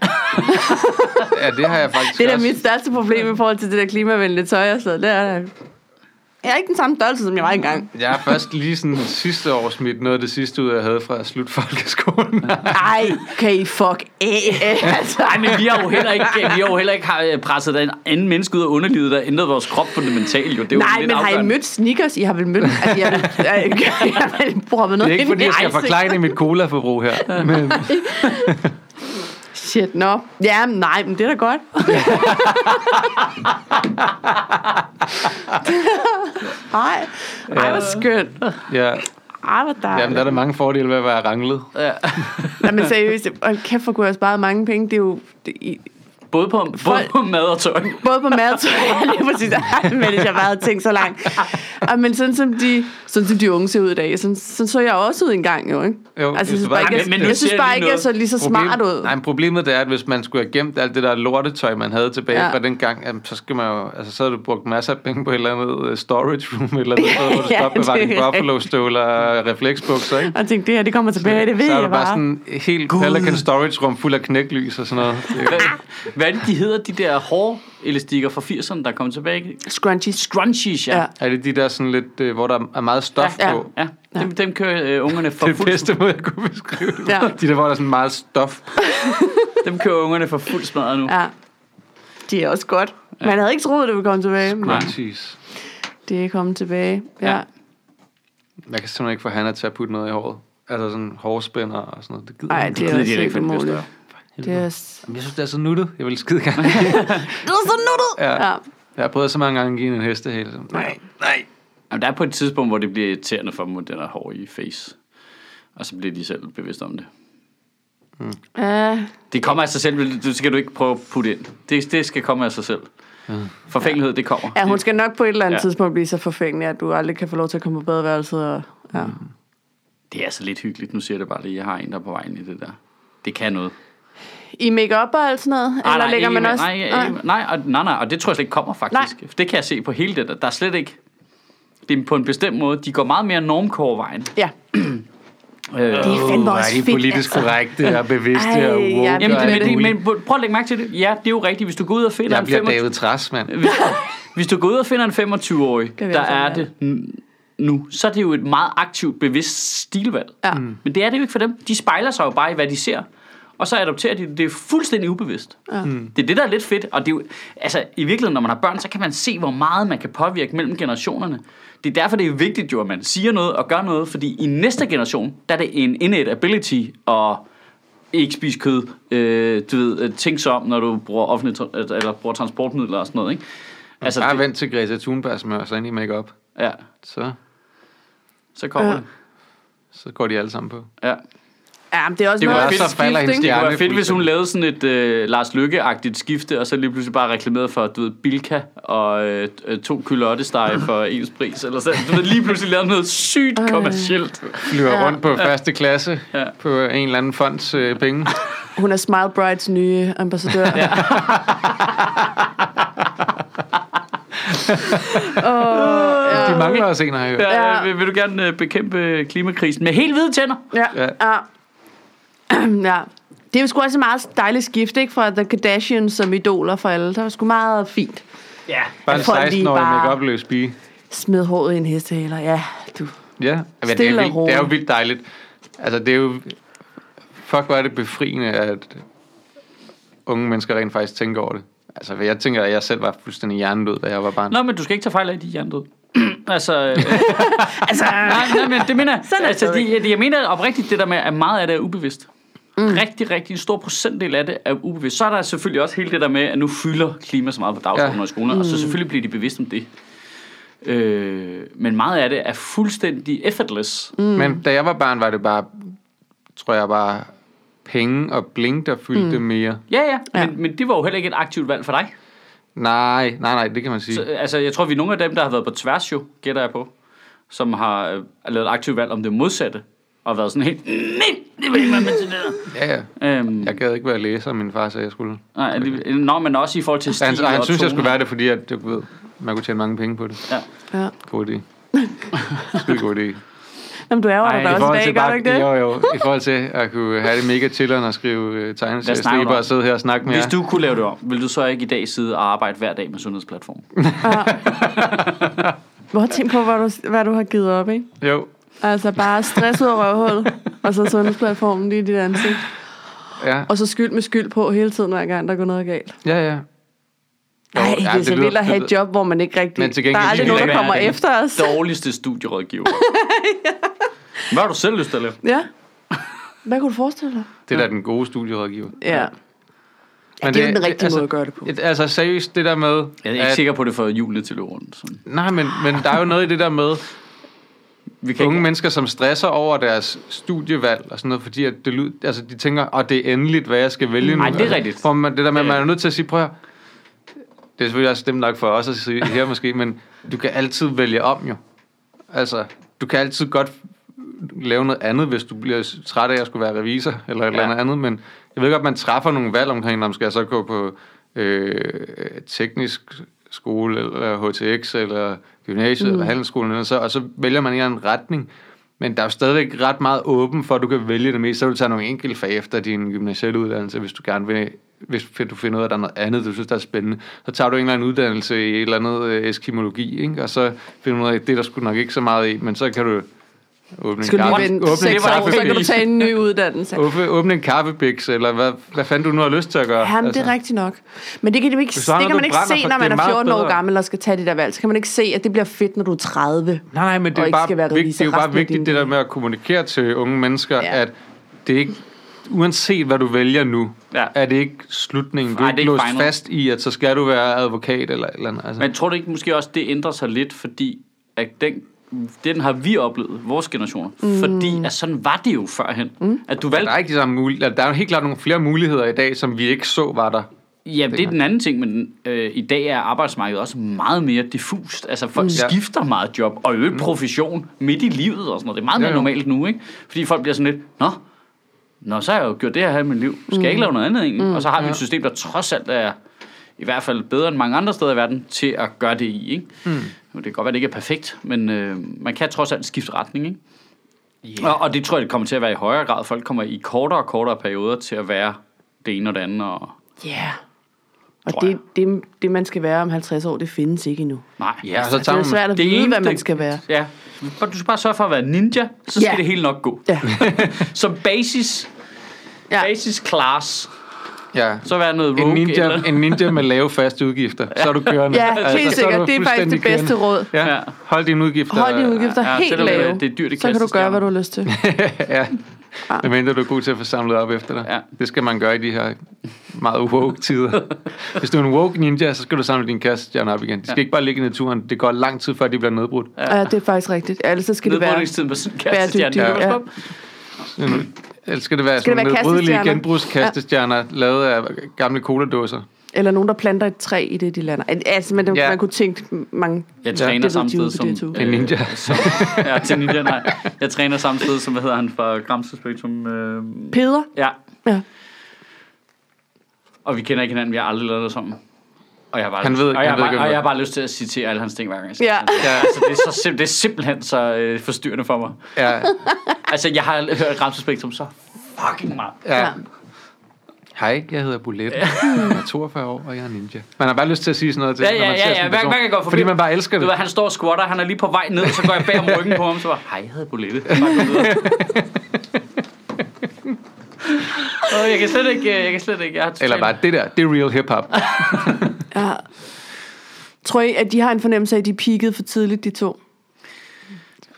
ja, det har jeg faktisk Det er da også. mit største problem i forhold til det der klimavenlige tøj og sådan noget. Det er da- Jeg er ikke den samme størrelse, som jeg var engang. Jeg har først lige sådan sidste år smidt noget af det sidste ud, jeg havde fra slut folkeskolen. Ej, kan I fuck af? Altså, Ej, men vi har jo heller ikke, vi har jo heller ikke har- presset en anden menneske ud af underlivet, der ændrede vores krop fundamentalt. Jo. Det er jo Nej, lidt men har I afgørende. mødt sneakers? I har vel mødt... Altså, jeg vil, jeg, jeg vil proppe noget Det er ikke, ind i fordi jeg skal ansigtet. forklejne mit colaforbrug her. Men, Shit, nå. No. Ja, men nej, men det er da godt. Ej, ej, hvor skønt. ja, Ej, hvor jamen, der er dejligt. der mange fordele ved at være ranglet. Nej, men seriøst, hold kæft, hvor kunne jeg have sparet mange penge. Det er jo... Det, i, Både på, både Folk- på mad og tøj. Både på mad, så jeg lige præcis, Ej, men hvis jeg bare havde tænkt så langt. Og, men sådan som, de, sådan som de unge ser ud i dag, sådan, sådan så jeg også ud engang jo, ikke? Jo, altså, jeg hvis synes du bare bare ikke, har jeg, gemt det. jeg, synes Nu siger jeg bare lige ikke, jeg noget. så lige så smart ud. Nej, men problemet det er, at hvis man skulle have gemt alt det der lortetøj, man havde tilbage ja. Ja. fra den gang, jamen, så, skal man jo, altså, så havde du brugt masser af penge på et eller andet øh, storage room, et eller andet, sted, hvor du Ja, ja, stoppede det er hverken rigtigt. buffalo-støvler og refleksbukser, ikke? Og jeg tænkte, det her, det kommer tilbage, det ved så er du jeg bare bare. sådan en helt Pelican storage rum fuld af knæklys og sådan noget. Det er jo- Hvad- Hvad er det, de hedder, de der hårde elastikker fra 80'erne, der kom tilbage? Scrunchies. Scrunchies, ja. Ja. ja. Er det de der sådan lidt, øh, hvor der er meget stof Ja, på? ja. Dem, dem kører øh, ungerne for Det er den fuld bedste måde, jeg kunne beskrive det. Ja. De der, hvor der er sådan meget stof. Dem kører ungerne for fuld smadret nu. Ja. Ja. De er også godt. Man havde ikke troet, det ville komme tilbage, men Nej. Crunchies. det er kommet tilbage. Ja. Ja. ja. Jeg kan simpelthen ikke få Hannah til at putte noget i håret. Altså sådan hårspænder og sådan noget. Det gider Ej, jeg ikke. det er gider de også heller helt ikke, for det bliver umuligt. Det er s- Jamen, Jeg synes, det er så nuttet. Jeg vil skide gerne. Det er så nuttet! Ja. Ja. Jeg har prøvet så mange gange at give hende en hestehale. Så- Nej, nej. Jamen, der er på et tidspunkt, hvor det bliver irriterende for dem, at den er hård i face. Og så bliver de selv bevidste om det. Uh, Det kommer af sig selv, det skal du ikke prøve at putte ind. Det, det skal komme af sig selv. Forfængelighed, det kommer. ja, hun skal nok på et eller andet Ja. ja. tidspunkt blive så forfængelig, at du aldrig kan få lov til at komme på badeværelset. Og, ja. Mm. Det er altså lidt hyggeligt. Nu siger jeg det bare lige, jeg har en, der er på vejen i det der. Det kan noget. I makeup og alt sådan noget? Ah, eller nej, lægger ikke man med- også? Nej, ja, ikke- nej, og, nej, nej, og det tror jeg slet ikke kommer faktisk. Nej. Det kan jeg se på hele det der. Der er slet ikke... Det er på en bestemt måde. De går meget mere normcore-vejen. Ja. Øh, Det er fandme også er de fedt, altså. politisk korrekte og bevidste Ej, og jeg woke. er og Jamen, det det, alt men, det, muligt. men prøv at lægge mærke til det. Ja, det er jo rigtigt. Hvis du går ud og finder Jeg en bliver 25 David Træs, mand. hvis, hvis du går ud og finder en 25-årig, Kan vi altså der alle er sammen det n- nu, så er det jo et meget aktivt, bevidst stilvalg. Ja. Men det er det jo ikke for dem. De spejler sig jo bare i, hvad de ser. Og så adopterer de det. Det er fuldstændig ubevidst. Ja. Det er det, der er lidt fedt. Og det er jo, altså, i virkeligheden, når man har børn, så kan man se, hvor meget man kan påvirke mellem generationerne. Det er derfor, det er vigtigt jo, at man siger noget og gør noget, fordi i næste generation, der er det en innate ability at ikke spise kød, øh, du ved, øh, tænk så om, når du bruger, offentlig, tra- øh, eller bruger transportmidler og sådan noget, ikke? Altså, Bare det, vent til Greta Thunberg smører sig ind i make-up. ja, Så, så kommer Ja. det. så går de alle sammen på. Ja. ja, men det er også Det kunne det noget være så skift, falder hendes ikke? Det Ja, kunne men være fedt, hvis hun fuldstændig. lavede sådan et øh, Lars Lykke-agtigt skifte, og så lige pludselig bare reklamerede for, du ved, Bilka og øh, øh, to kylottesteg for ens pris, eller så. Du ved, lige pludselig lavede noget sygt kommercielt. Flyver Ja. rundt på første klasse Ja. på en eller anden fonds øh, penge. Hun er Smile Brights nye ambassadør. ja. De mangler også en, har jeg hørt. Ja. Ja. Øh, vil, vil du gerne øh, bekæmpe klimakrisen med helt hvide tænder? Ja. ja. ja. Det er jo sgu også et meget dejligt skift, ikke? Fra The Kardashians som idoler for alle. Der var sgu meget fint. Ja. Bare en At folk lige 16-årig bare- make-up-løs pige. Smid håret i en hestehaler. Ja, du. Ja, men det, er Stille og vildt, det er jo roligt. vildt dejligt. Altså, det er jo... Fuck, hvor er det befriende, at unge mennesker rent faktisk tænker over det. Altså, for jeg tænker, at jeg selv var fuldstændig hjernedød, da jeg var barn. Nå, men du skal ikke tage fejl af, at de er hjernedøde. altså, øh, altså, nej, nej, men det mener jeg. Sådan er det altså, stadig. de, de, jeg mener oprigtigt det der med, at meget af det er ubevidst. Mm. Rigtig, rigtig en stor procentdel af det er ubevidst. Så er der selvfølgelig også hele det der med, at nu fylder klima så meget på dagsordenen Ja. ja. i skolen, mm. og så selvfølgelig bliver de bevidst om det. Øh, men meget af det er fuldstændig effortless. Mm. Men da jeg var barn, var det bare, tror jeg bare, penge og blink, der fyldte mm. mere. Ja, ja, Ja. men, men det var jo heller ikke et aktivt valg for dig. Nej, nej, nej, det kan man sige. Så, altså, jeg tror, vi er nogle af dem, der har været på tværs jo, gætter jeg på, som har øh, lavet et aktivt valg om det modsatte, og været sådan helt, "Mm, nej, det vil jeg ikke være med til det Ja, ja. der." øhm, Jeg gad ikke være læser, min far sagde, jeg skulle. Nej, alligevel- Nå, men også i forhold til stil Han, og han synes, jeg tone. skulle være det, fordi at, du ved, man kunne tjene mange penge på det. Ja. Ja. God idé. Skide god idé. Jamen, du er jo Ej, der i I også forhold i til dag, gør du ikke bare, det? jo, jo, i forhold til at kunne have det mega chilleren og skrive øh, Hvad snakker du tegneseriestriber om? og sidde her og snakke med Hvis jer. du kunne lave det om, ville du så ikke i dag sidde og arbejde hver dag med sundhedsplatformen? Hvor tænk på, hvad du, hvad du har givet op, ikke? Jo, Altså bare stress ud af røvhullet, og så sundhedsplatformen lige i dit ansigt. ja, Og så skyld med skyld på hele tiden, hver gang der går noget galt. ja, ja. Jo, Nej, ja, det er det så lyder- vildt at have det et job, hvor man ikke rigtig... Men til gengæld der er aldrig vil nogen, jeg der være kommer den efter os. Dårligste studierådgiver. Hvad har du selv lyst til at lave? Ja. Hvad kunne du forestille dig? Det er da den gode studierådgiver. Ja. Men det er jo den rigtige måde at gøre det på. Et, altså seriøst, det der med... Jeg er ikke at- sikker på det for julene til rundt. Sådan. Nej, men, men der er jo noget i det der med, vi kan Unge ikke, mennesker, som stresser over deres studievalg og sådan noget, fordi at det lyd, altså, de tænker, at oh, det er endeligt, hvad jeg skal vælge nu. Nej, det er Altså, rigtigt. Hvor man, det der med, at man Ja. er nødt til at sige, prøv at høre, det er selvfølgelig også stemt nok for os at sige her måske, men du kan altid vælge om jo. Altså, du kan altid godt lave noget andet, hvis du bliver træt af at skulle være revisor eller et ja. Ja. eller andet, men jeg ved godt, at man træffer nogle valg omkring, om skal jeg så gå på øh, teknisk skole, eller HTX, eller gymnasiet, mm. eller handelsskolen, eller så, og så vælger man en eller anden retning. Men der er jo stadigvæk ret meget åben for, at du kan vælge det mest. Så vil du tage nogle enkelte fag efter din gymnasielle uddannelse, hvis du gerne vil, hvis du finder ud af, at der er noget andet, du synes, der er spændende. Så tager du en eller anden uddannelse i et eller andet øh, eskimologi, ikke? og så finder du ud af, at det er der sgu nok ikke så meget i, men så kan du åbne Skal en du kaffe- lige åbne vente en 6 var år, ikke så kan du lige. tage en ny uddannelse. Åbne, åbne en kaffebiks, eller hvad, hvad fanden du nu har lyst til at gøre. Jamen, altså. det er rigtigt nok. Men det kan, de ikke, Hvis det du har noget, kan man du ikke brænder se, for, når det man er er meget 14 år bedre. gammel og skal tage det der valg. Så kan man ikke se, at det bliver fedt, når du er 30. Nej, nej, men det og er, ikke bare skal være vigtigt, det er jo revisor bare resten af vigtigt, din det der liv. med at kommunikere til unge mennesker, ja. Ja. at det er ikke, uanset hvad du vælger nu, ja. Ja. er det ikke slutningen. Du Nej, er det er ikke ikke låst final. fast i, at så skal du være advokat eller et eller andet. Altså. Men tror du ikke måske også, det ændrer sig lidt, fordi at den, den har vi oplevet, vores generationer. Mm. Fordi at sådan var det jo førhen. Mm. At du valgte der er ikke de samme mul- eller, der er jo helt klart nogle flere muligheder i dag, som vi ikke så var der. Ja, det er den anden ting, men øh, i dag er arbejdsmarkedet også meget mere diffust. Altså folk mm. Ja. skifter meget job og øget profession midt i livet og sådan noget. Det er meget mere Ja, ja, jo. normalt nu, ikke? Fordi folk bliver sådan lidt, nå, nå så har jeg jo gjort det her her i mit liv. Skal jeg ikke lave noget andet egentlig? Mm. Og så har vi et system, der trods alt er i hvert fald bedre end mange andre steder i verden til at gøre det i, ikke? Mm. Det kan godt være, det ikke er perfekt, men øh, man kan trods alt skifte retning, ikke? Yeah. Og, og det tror jeg, det kommer til at være i højere grad. Folk kommer i kortere og kortere perioder til at være det ene og det andet. Og... Ja. Yeah. Og Tror det, det, det, man skal være om 50 år, det findes ikke endnu. Altså, Nej. altså, Ja, og så Det er tager jo man, svært at vide, hvad eneste- man skal være. Ja. Du skal bare sørge for at være ninja, så skal Ja. det hele nok gå. Ja. Som basis, ja. basis class, ja. så være noget rogue. en, ninja, Eller, en ninja med lave faste udgifter, så er du kørende. Altså, Ja, helt så er sikkert. du Det er faktisk fuldstændig det bedste råd. Ja. Ja. Hold dine udgifter. Hold dine udgifter øh, Ja, ja, helt selvom det- lave. det er dyrt at så kan kaste du gøre, hvad du stjerner. har lyst til. ja. Det mindre du er god til at få samlet op efter dig. Ja. Det skal man gøre i de her meget woke tider. Hvis du er en woke ninja, så skal du samle din kastestjerner op igen. De skal ja. ikke bare ligge i naturen. Det går lang tid, før de bliver nedbrudt. Ja. Ja, det er faktisk rigtigt. Ja, Ellers så skal det være... Nedbrydningstiden var sådan bæredygtigt, kæreste ja. ja. Eller skal det være sådan Skal det være nedbrydelige kastestjerner? genbrugskastestjerner, ja. lavet af gamle coladåser? Eller nogen, der planter et træ i det, de lander. Altså, man, Ja. ja. man kunne tænke mange... Jeg Ja, træner det ved de samtidig ude på som... øh, DTU. En ninja. som, ja, til ninja, nej. Jeg træner samtidig som, hvad hedder han fra Gramsø Spektrum? Øh, Peder? ja. Ja. Og vi kender ikke hinanden, vi har aldrig lavet noget sammen. Og jeg har bare, Han ved ikke, og jeg, han har ved ikke, bare, og hvem det er. jeg har bare lyst til at citere alle hans ting hver gang. jeg ser Ja. dem. Altså, det, er så simp- det er simpelthen så øh, forstyrrende for mig. Ja, Altså, jeg har hørt Ramse Spektrum så fucking meget. ja. ja. Ja. Hej, jeg hedder Bullet. Jeg er 42 år, og jeg er ninja. Man har bare lyst til at sige sådan noget til, Ja, når ja, man ser ja, sådan ja. en Hver, person. hver gang jeg går forbi. Fordi man bare elsker Du det. ved, han står og squatter, han er lige på vej ned, så går jeg bag om ryggen på ham, så var hej, jeg havde bulette. Og jeg kan slet ikke, jeg kan slet ikke, jeg har Eller bare, det der, det er real hip-hop. ja. Tror I, at de har en fornemmelse af, at de peakede for tidligt, de to?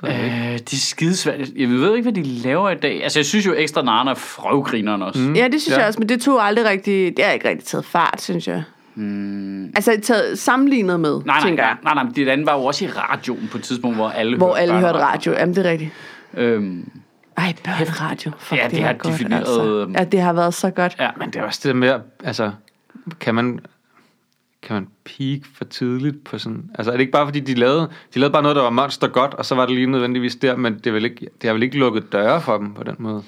Øh, det er skidesvært. Jeg ved ikke, hvad de laver i dag. Altså, jeg synes jo, ekstra narne er frøvgrineren også. Mm. Ja, det synes Ja. ja. jeg også, men det tog aldrig rigtig... Det har ikke rigtig taget fart, synes jeg. Mm. Altså, taget, sammenlignet med, Nej, nej, tænker nej, jeg. nej, nej, men det andet var jo også i radioen på et tidspunkt, hvor alle Hvor alle børne- hørte radio. Jamen, det er rigtigt. Øhm, Ej, børneradio. Fuck, Ja, det, det var har godt, defineret, Altså. øhm, Ja, det har været så godt. ja, Men det er også det med, at- altså, kan man, kan man peak for tidligt på sådan... Altså, er det ikke bare, fordi de lavede, de lavede bare noget, der var monster godt, og så var det lige nødvendigvis der, men det, er vel ikke, det har vel ikke lukket døre for dem på den måde?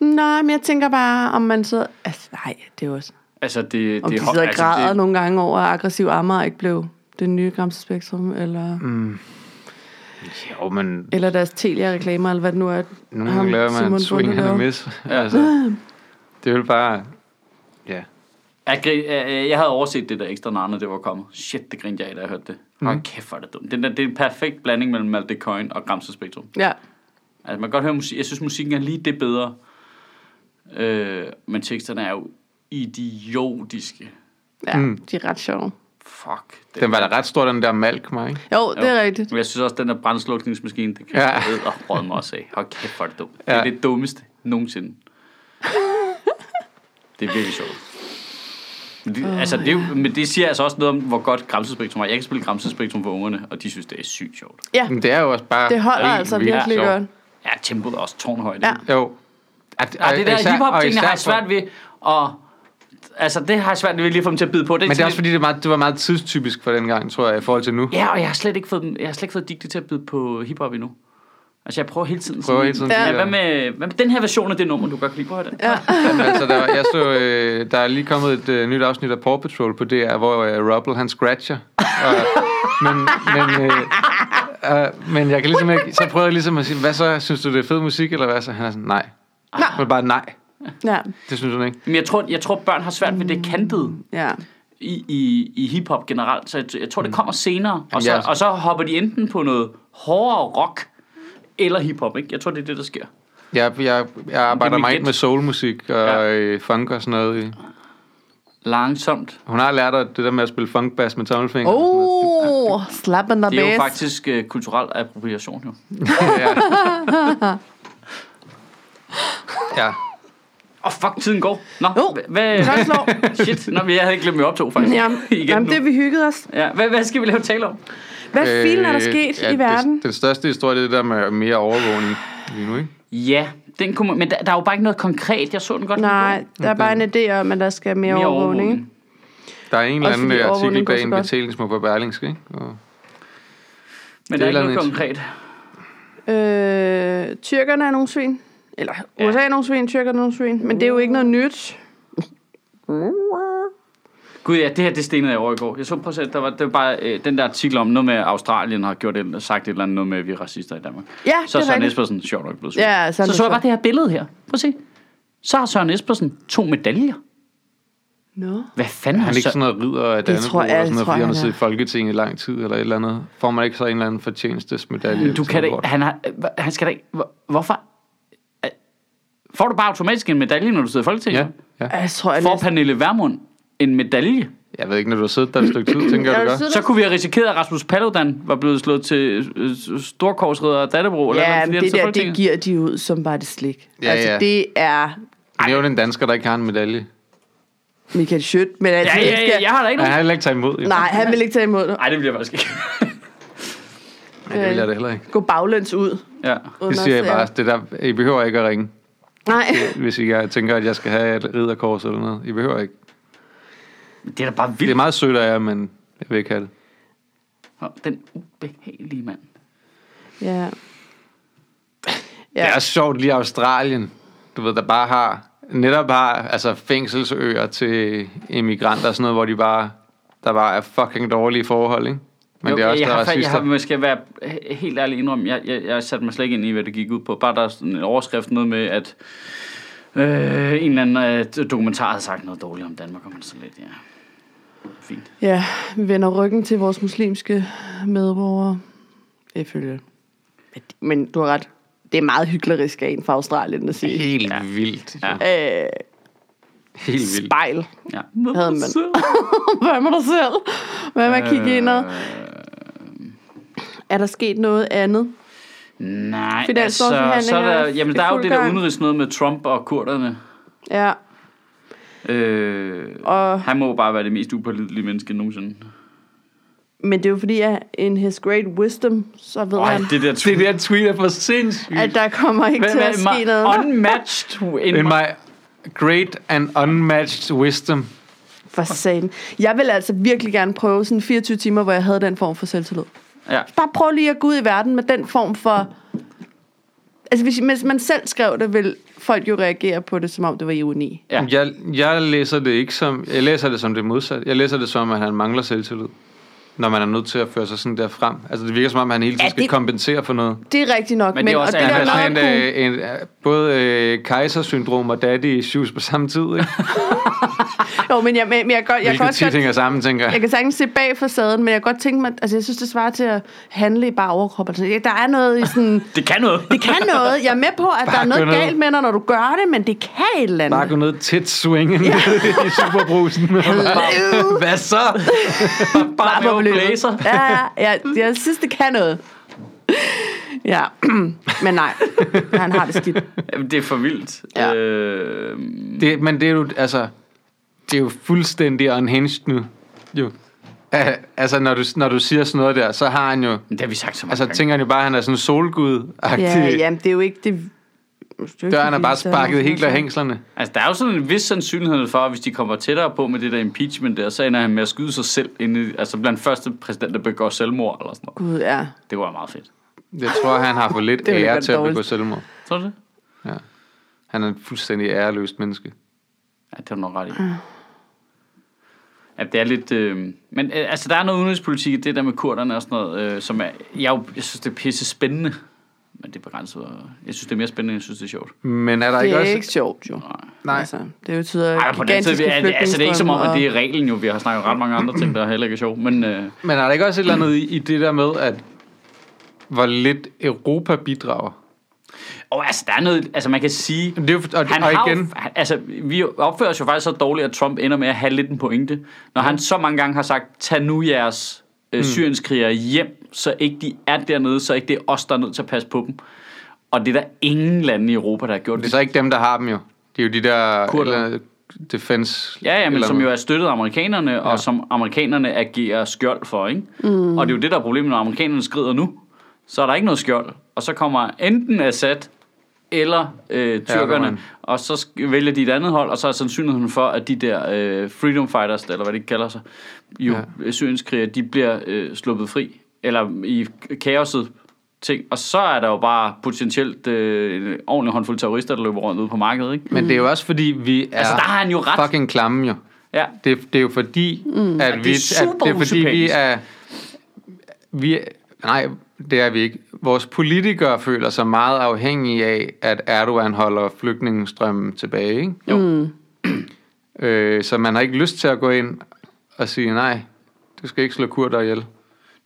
Nej, men jeg tænker bare, om man så... Altså, nej, det er jo også... altså, det, det, Om de er hå- sidder og altså, græder det- altså, nogle gange over, at aggressiv Amager ikke blev det nye Gramse Spektrum, eller, mm. Jo, men eller deres Telia-reklamer, eller hvad det nu er. nogle gange laver man en swing Bonde and a laver. miss. Altså, det er jo bare... Ja. Jeg, grin, øh, jeg havde overset det der ekstra narne, det var kommet. Shit, det grinte jeg af, da jeg hørte det. Mhm. Hold kæft, hvor er det dumt. Den der, det er en perfekt blanding mellem Malte Coin og Gramse Spektrum. Ja, Altså, man kan godt høre musik. Jeg synes, musikken er lige det bedre. Øh, men teksterne er jo idiotiske. ja mm. de er ret sjove. Fuck. Det. Den var da ret stor, den der malk mig, ikke? Jo, det er rigtigt. Men jeg synes også, den der brændslukningsmaskine, det kan Ja. jeg ja. og råd mig også af. Hold kæft, hvor er det dumt. Det Ja. er det dummeste nogensinde. det er virkelig sjovt. Men det, altså, det, er jo- men det siger altså også noget om, hvor godt Gramsespektrum er. Jeg kan spille Gramsespektrum for ungerne, og de synes, det er sygt sjovt. Ja, Men det er jo også bare... det holder helt altså vildt virkelig sjovt. godt. Ja, tempoet er også tårnhøjt. Ja. ikke? Jo. At, Ja, det der især- og hiphop-tingene især har jeg svært for- ved at... Altså, det har jeg svært ved lige at få dem til at bide på. Men det er sådan også fordi, det, er meget, det var meget tidstypisk for dengang, tror jeg, i forhold til nu. lidt- Ja, og jeg har slet ikke fået, dem- jeg har slet ikke fået digte til at bide på hiphop endnu. Altså, jeg prøver hele tiden... Prøver hele tiden, Ja. ja. Hvad, med, hvad med den her version af det nummer, du godt kan lide? Prøv at høre den. Ja. altså, der, jeg så, øh, der er lige kommet et øh, nyt afsnit af Paw Patrol på DR, hvor øh, Rubble han scratcher. Og, men, men, øh, øh, men jeg kan ligesom ikke, så prøvede jeg ligesom at sige, hvad så, synes du det er fed musik, eller hvad så? Han er sådan, nej. nej. Men bare nej, Ja, det synes hun ikke. Men jeg tror, jeg tror, børn har svært ved det kantede ja. i, i, i hiphop generelt. Så jeg, jeg tror, det kommer senere. Og Mm. Jamen, så, jeg- og så hopper de enten på noget hårdere rock eller hiphop, ikke? Jeg tror, det er det, der sker. Jeg, jeg, jeg arbejder mit meget gæt. med soulmusik og Ja. ja. øh, funk og sådan noget. i- Langsomt. Hun har lært at det der med at spille funkbass med tommelfinger. Oh, slap and the Det er jo bass. faktisk øh, kulturel appropriation, jo. ja. ja. Åh, oh, fuck, tiden går. Nå, Jo, hva- hvad... tak slår. Shit, nå, men jeg havde ikke glemt, at vi optog, faktisk. Ja, Igen jamen, nu. det vi hyggede os. Ja, hvad, hvad skal vi lave tale om? Hvad øh, filen er der sket ja, i verden? Det, den største historie, det er det der med mere overvågning lige nu, ikke? Ja, den kunne man, men der, der er jo bare ikke noget konkret. Jeg så den godt. Nej, der er bare en idé om, at der skal mere, mere overvågning. ikke? Der er en eller Også anden fordi øh, artikel overvågning går bag så en godt. betalingsmur på Berlingske, ikke? Og, Men der er ikke Det er noget lidt- konkret. Øh, tyrkerne er nogle svin. Eller Ja. USA er nogle svin, tyrkerne er nogle svin. Men det er jo ikke noget nyt. Gud ja, det her, det stenede jeg over i går. Jeg så prøv at se, der var, det var bare øh, den der artikel om noget med, at Australien har gjort et, sagt et eller andet noget med, at vi er racister i Danmark. Ja, Så er Ah, det er Søren rigtigt. Espersen sjovt nok blevet syg. Ja, så Søren så jeg bare Espersen. det her billede her. Prøv at se. Så har Søren Espersen to medaljer. Nå. Hvad fanden har han er ikke Søren- sådan noget ridder af Dannebrog, tror jeg- eller sådan noget, det tror fordi jeg, han har han siddet i er. Folketinget i lang tid, eller et eller andet. Får man ikke så en eller anden fortjenestesmedalje? eller Du sådan kan da, noget lort? han, har, hva- han skal da ikke... hvor- Hvorfor? Øh, Får du bare automatisk en medalje, når du sidder i Folketinget? Ja, ja. Jeg tror, jeg Får næsten- Pernille Vermund en medalje? Jeg ved ikke, når du har siddet der et stykke tid, tænker Ja, jeg, du du gør. sidder- Så kunne vi have risikeret, at Rasmus Paludan var blevet slået til øh, storkorsridder af Dattebro. Ja, men det der, det det giver de ud som bare det slik. Ja, altså, ja. det er Nævn en dansker, der ikke har en medalje. Michael Schødt, men altså, Ja, han ja, ja, skal- jeg har da ikke Han nogen. har heller ikke taget imod. jo. Nej, han vil ikke tage imod det. Nej, det bliver jeg faktisk ikke. Ja, det vil jeg da heller ikke. Gå baglæns ud. ja. Det under siger jeg serien. bare. Det der, I behøver ikke at ringe, Nej, hvis I jeg tænker, at jeg skal have et ridderkors eller noget. I behøver ikke. Det er da bare Det er vildt. meget sødt af jer, men jeg vil ikke have det. Åh, Den ubehagelige mand. ja. Ja. Det er også sjovt lige Australien, du ved, der bare har, netop har altså fængselsøer til immigranter og sådan noget, hvor de bare, der bare er fucking dårlige forhold, ikke? Men jo, det er også, jeg, der har, er fa- jeg har, racister. måske være he- helt ærlig indrømme, jeg, jeg, jeg satte mig slet ikke ind i, hvad det gik ud på. Bare der er sådan en overskrift, noget med, at øh, en eller anden øh, dokumentar havde sagt noget dårligt om Danmark, og man så lidt, ja. Fint. ja, vi vender ryggen til vores muslimske medborgere. Ifølge. Men- Men du har ret. Det er meget hyklerisk af en fra Australien at sige. Helt ja. vildt. Ja. Ja. Øh, Helt vildt. spejl. Ja. Havde man. Hvad med dig selv? Hvad med at kigge indad? Øh. Er der sket noget andet? Nej, altså, så er Finanslovsforhandlinger der, er jamen, i der er jo fuld det der gang. udenrigs noget med Trump og kurderne. Ja. Øh, Og- han må jo bare være det mest upålidelige menneske nogensinde. Men det er jo fordi, at in his great wisdom, så ved Ej, han, det der Det tweet. der tweet er for sindssygt. at der kommer ikke til at ske noget. Unmatched in, In my... my great and unmatched wisdom. For satan. Jeg vil altså virkelig gerne prøve sådan 24 timer, hvor jeg havde den form for selvtillid. Ja. Bare prøv lige at gå ud i verden med den form for... Altså, hvis, hvis man selv skrev det, vil folk jo reagere på det, som om det var ironi. Ja. Ja. Jeg, jeg læser det ikke som, jeg læser det som det modsatte. Jeg læser det som, at han mangler selvtillid. Når man er nødt til at føre sig sådan der frem. Altså det virker som om, han hele tiden Ja, ja, skal det- kompensere for noget. Det er rigtigt nok, Men men, det er også og det ærligt. Altså, der Han Nå, er sådan med en, at øh, en, kunne- øh, både øh, kejsersyndrom og daddy issues på samme tid, ikke? øh, Jo, men jeg, men jeg, jeg, jeg, jeg kan Hvilket også tit godt... hænger sammen, tænker Jeg jeg. kan sagtens se bag facaden, men jeg kan godt tænke mig, altså jeg synes, det svarer til at handle i bare overkrop. Altså, der er noget i sådan, Det kan noget. det kan noget. Jeg er med på, at der er Bare noget gå ned. galt med dig, når du gør det, men det kan et eller andet. Bare gå ned tæt swingen ja. i superbrusen. Hvad så? Bare på med beløbet. blæser. Ja, ja, jeg, jeg synes, det kan noget. Ja, men nej, han har det skidt. Jamen, det er for vildt. Ja. Øh, Det, men det er jo, altså... det er jo fuldstændig unhinged nu. Jo. Al- Altså, når du, når du siger sådan noget der, så har han jo... Men det har vi sagt så mange Altså, gange. tænker han jo bare, at han er sådan en solgud Ja, jamen, det er jo ikke det... det jo ikke Døren er det bare vildeste, sparket helt han af nogensinde hængslerne. Altså, der er jo sådan en vis sandsynlighed for, at hvis de kommer tættere på med det der impeachment der, så ender han med at skyde sig selv, inde, i- altså blandt første præsident, der begår selvmord eller sådan noget. har. Gud, ja. Det var meget fedt. Jeg tror, han har fået lidt Det ville ære være til at begå dårligt. selvmord. Tror du det? Ja. Han er en fuldstændig æreløst menneske. Ja, det er du nok ret i. Ja, det er lidt... Øh, men øh, altså, der er noget udenrigspolitik i det der med kurderne og sådan noget, øh, som er... Jeg, er jo- jeg synes, det er pisse spændende, men det er begrænset. og- Jeg synes, det er mere spændende, end jeg synes, det er sjovt. Men er der Det ikke er også... ikke sjovt, jo. Nej. Altså, det betyder Ej, på den anden side, gigantiske er det, altså, det er ikke som om, at flygtningestrømme det er reglen jo. Vi har snakket ret mange andre ting, der heller ikke er sjov, men... Øh, Men er der ikke også et eller andet i, i det der med, at hvor lidt Europa bidrager? og altså, der er noget... Altså, man kan sige... Men Det er, jo- og, Han og har igen, igen. Jo, han- altså, vi opfører os jo faktisk så dårligt, at Trump ender med at have lidt en pointe. Når han så mange gange har sagt, tag nu jeres Mm. øh, syrienskrigere hjem, så ikke de er dernede, så ikke det er os, der er nødt til at passe på dem. Og det er der ingen lande i Europa, der har gjort det er det. så ikke dem, der har dem jo. Det er jo de der... Kurderne. Eller, defense... Ja, ja, men eller- som jo er støttet af amerikanerne, ja. og som amerikanerne agerer skjold for, ikke? Mm. Og det er jo det, der er problemet, når amerikanerne skrider nu. Så er der ikke noget skjold, og så kommer enten Assad eller øh, tyrkerne, Erdogan. og så sk- vælger de et andet hold, og så er sandsynligheden for, at de der øh, freedom fighters, eller hvad de kalder sig, jo ja. syrienskriger, de bliver øh, sluppet fri, eller i kaoset ting. Og så er der jo bare potentielt øh, en ordentlig håndfuld terrorister, der løber rundt ude på markedet, ikke? Men det er jo også fordi, vi er Altså, der har han jo ret. fucking klamme jo. Ja. Det, det er jo fordi, mm. at, er vi, at super det er fordi vi usympatisk. er, vi er, nej, det er vi ikke. Vores politikere føler sig meget afhængige af, at Erdogan holder flygtningestrømmen tilbage, ikke? Jo. Øh, så man har ikke lyst til at gå ind og sige, nej, du skal ikke slå kurder ihjel.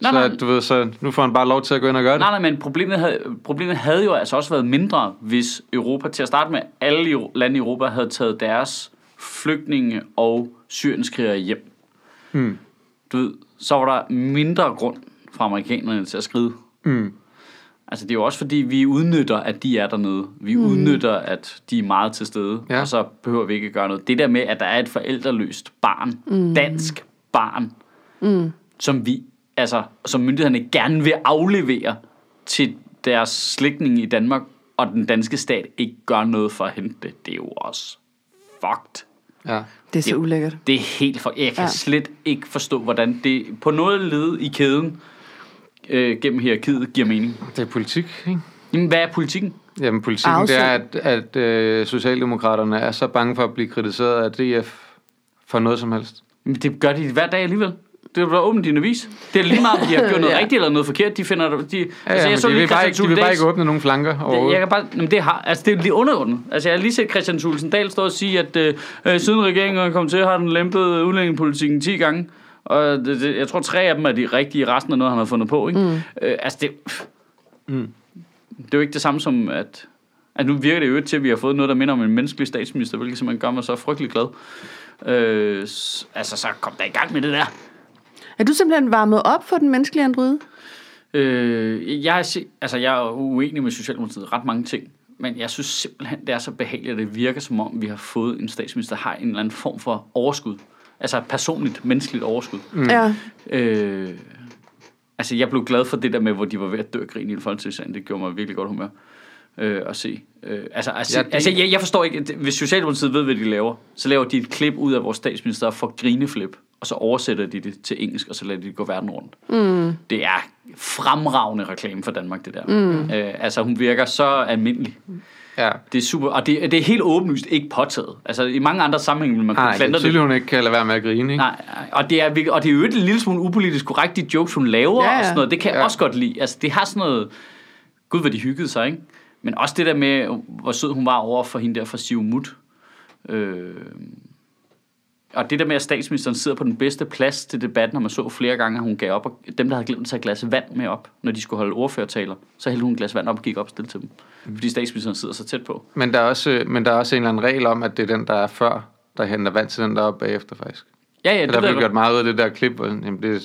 Nej, så, nej. Du ved, så nu får han bare lov til at gå ind og gøre det. Nej, nej, men problemet havde, problemet havde jo altså også været mindre, hvis Europa til at starte med, alle i- lande i Europa havde taget deres flygtninge og syrienskrigere hjem. Hmm. Du ved, så var der mindre grund fra amerikanerne til at skride. Mm. Altså, det er jo også fordi, vi udnytter, at de er dernede. Vi mm. udnytter, at de er meget til stede, Ja. ja. og så behøver vi ikke at gøre noget. Det der med, at der er et forældreløst barn, mm. dansk barn, mm. som vi, altså, som myndighederne gerne vil aflevere til deres slægtninge i Danmark, og den danske stat ikke gør noget for at hente det, det er jo også fucked. Ja. Det er så ulækkert. Det er helt for... Jeg kan ja. Ja. slet ikke forstå, hvordan det på noget led i kæden øh, gennem hierarkiet giver mening. Det er politik, ikke? Jamen, hvad er politikken? Jamen, politikken Afsøg. det er, at, at øh, Socialdemokraterne er så bange for at blive kritiseret af DF for noget som helst. Men det gør de hver dag alligevel. Det er da åbent din avis. Det er lige meget, om de har gjort noget Ja. rigtigt eller noget forkert. De finder... De, ja, Ja, altså, ja, men de, vil bare ikke, de vil bare ikke åbne nogen flanker Jeg, overhovedet. jeg kan bare, jamen det, har, altså det er lige underordnet. Altså jeg har lige set Christian Thulesen Dahl stå og sige, at øh, øh, siden regeringen kom til, har den lempet udlændingepolitikken 10 gange. Og det, det, jeg tror, tre af dem er de rigtige, resten er noget, han har fundet på. Ikke? Mm. Øh, altså det, pff. det er jo ikke det samme som, at, at nu virker det jo til, at vi har fået noget, der minder om en menneskelig statsminister, hvilket simpelthen gør mig så frygtelig glad. Øh, s- altså så kom der i gang med det der. Er du simpelthen varmet op for den menneskelige androide? Øh, jeg, er, si- altså, jeg er uenig med Socialdemokratiet i ret mange ting, men jeg synes simpelthen, det er så behageligt, at det virker som om, vi har fået en statsminister, der har en eller anden form for overskud. Altså et personligt, menneskeligt overskud. Mm. Ja. Øh, altså, jeg blev glad for det der med, hvor de var ved at dø af grin i en folketingssalen. Det gjorde mig virkelig godt humør øh, at se. Øh, altså, altså, Ja, ja, det- altså jeg, jeg forstår ikke, at det- hvis Socialdemokratiet ved, hvad de laver, så laver de et klip ud af vores statsminister for grineflip, og så oversætter de det til engelsk, og så lader de det gå verden rundt. Mm. Det er fremragende reklame for Danmark, det der. Mm. Øh, altså, hun virker så almindelig. Ja. Det er super, og det, det er helt åbenlyst ikke påtaget. Altså, i mange andre sammenhænge vil man kunne Nej, det er klandre det. tydeligt, hun ikke kan lade være med at grine, ikke? Nej, nej, og det er, virkelig- og det er jo et lille smule upolitisk korrekt, de jokes, hun laver Ja, ja, ja. og sådan noget. Det kan jeg Ja. ja. også godt lide. Altså, det har sådan noget... Gud, hvor de hyggede sig, ikke? Men også det der med, hvor sød hun var over for hende der fra Siumut. Øh, og det der med, at statsministeren sidder på den bedste plads til debatten, når man så flere gange, at hun gav op. Og dem, der havde glemt at tage et glas vand med op, når de skulle holde ordførertaler, så hældte hun et glas vand op og gik op og stille til dem. Mm. Fordi statsministeren sidder så tæt på. Men, der er også, øh, men der er også en eller anden regel om, at det er den, der er før, der henter vand til den, der er oppe bagefter, faktisk. Ja, ja, Ja, det der ved jeg blev godt. gjort meget ud af det der klip, og sådan, jamen, det er,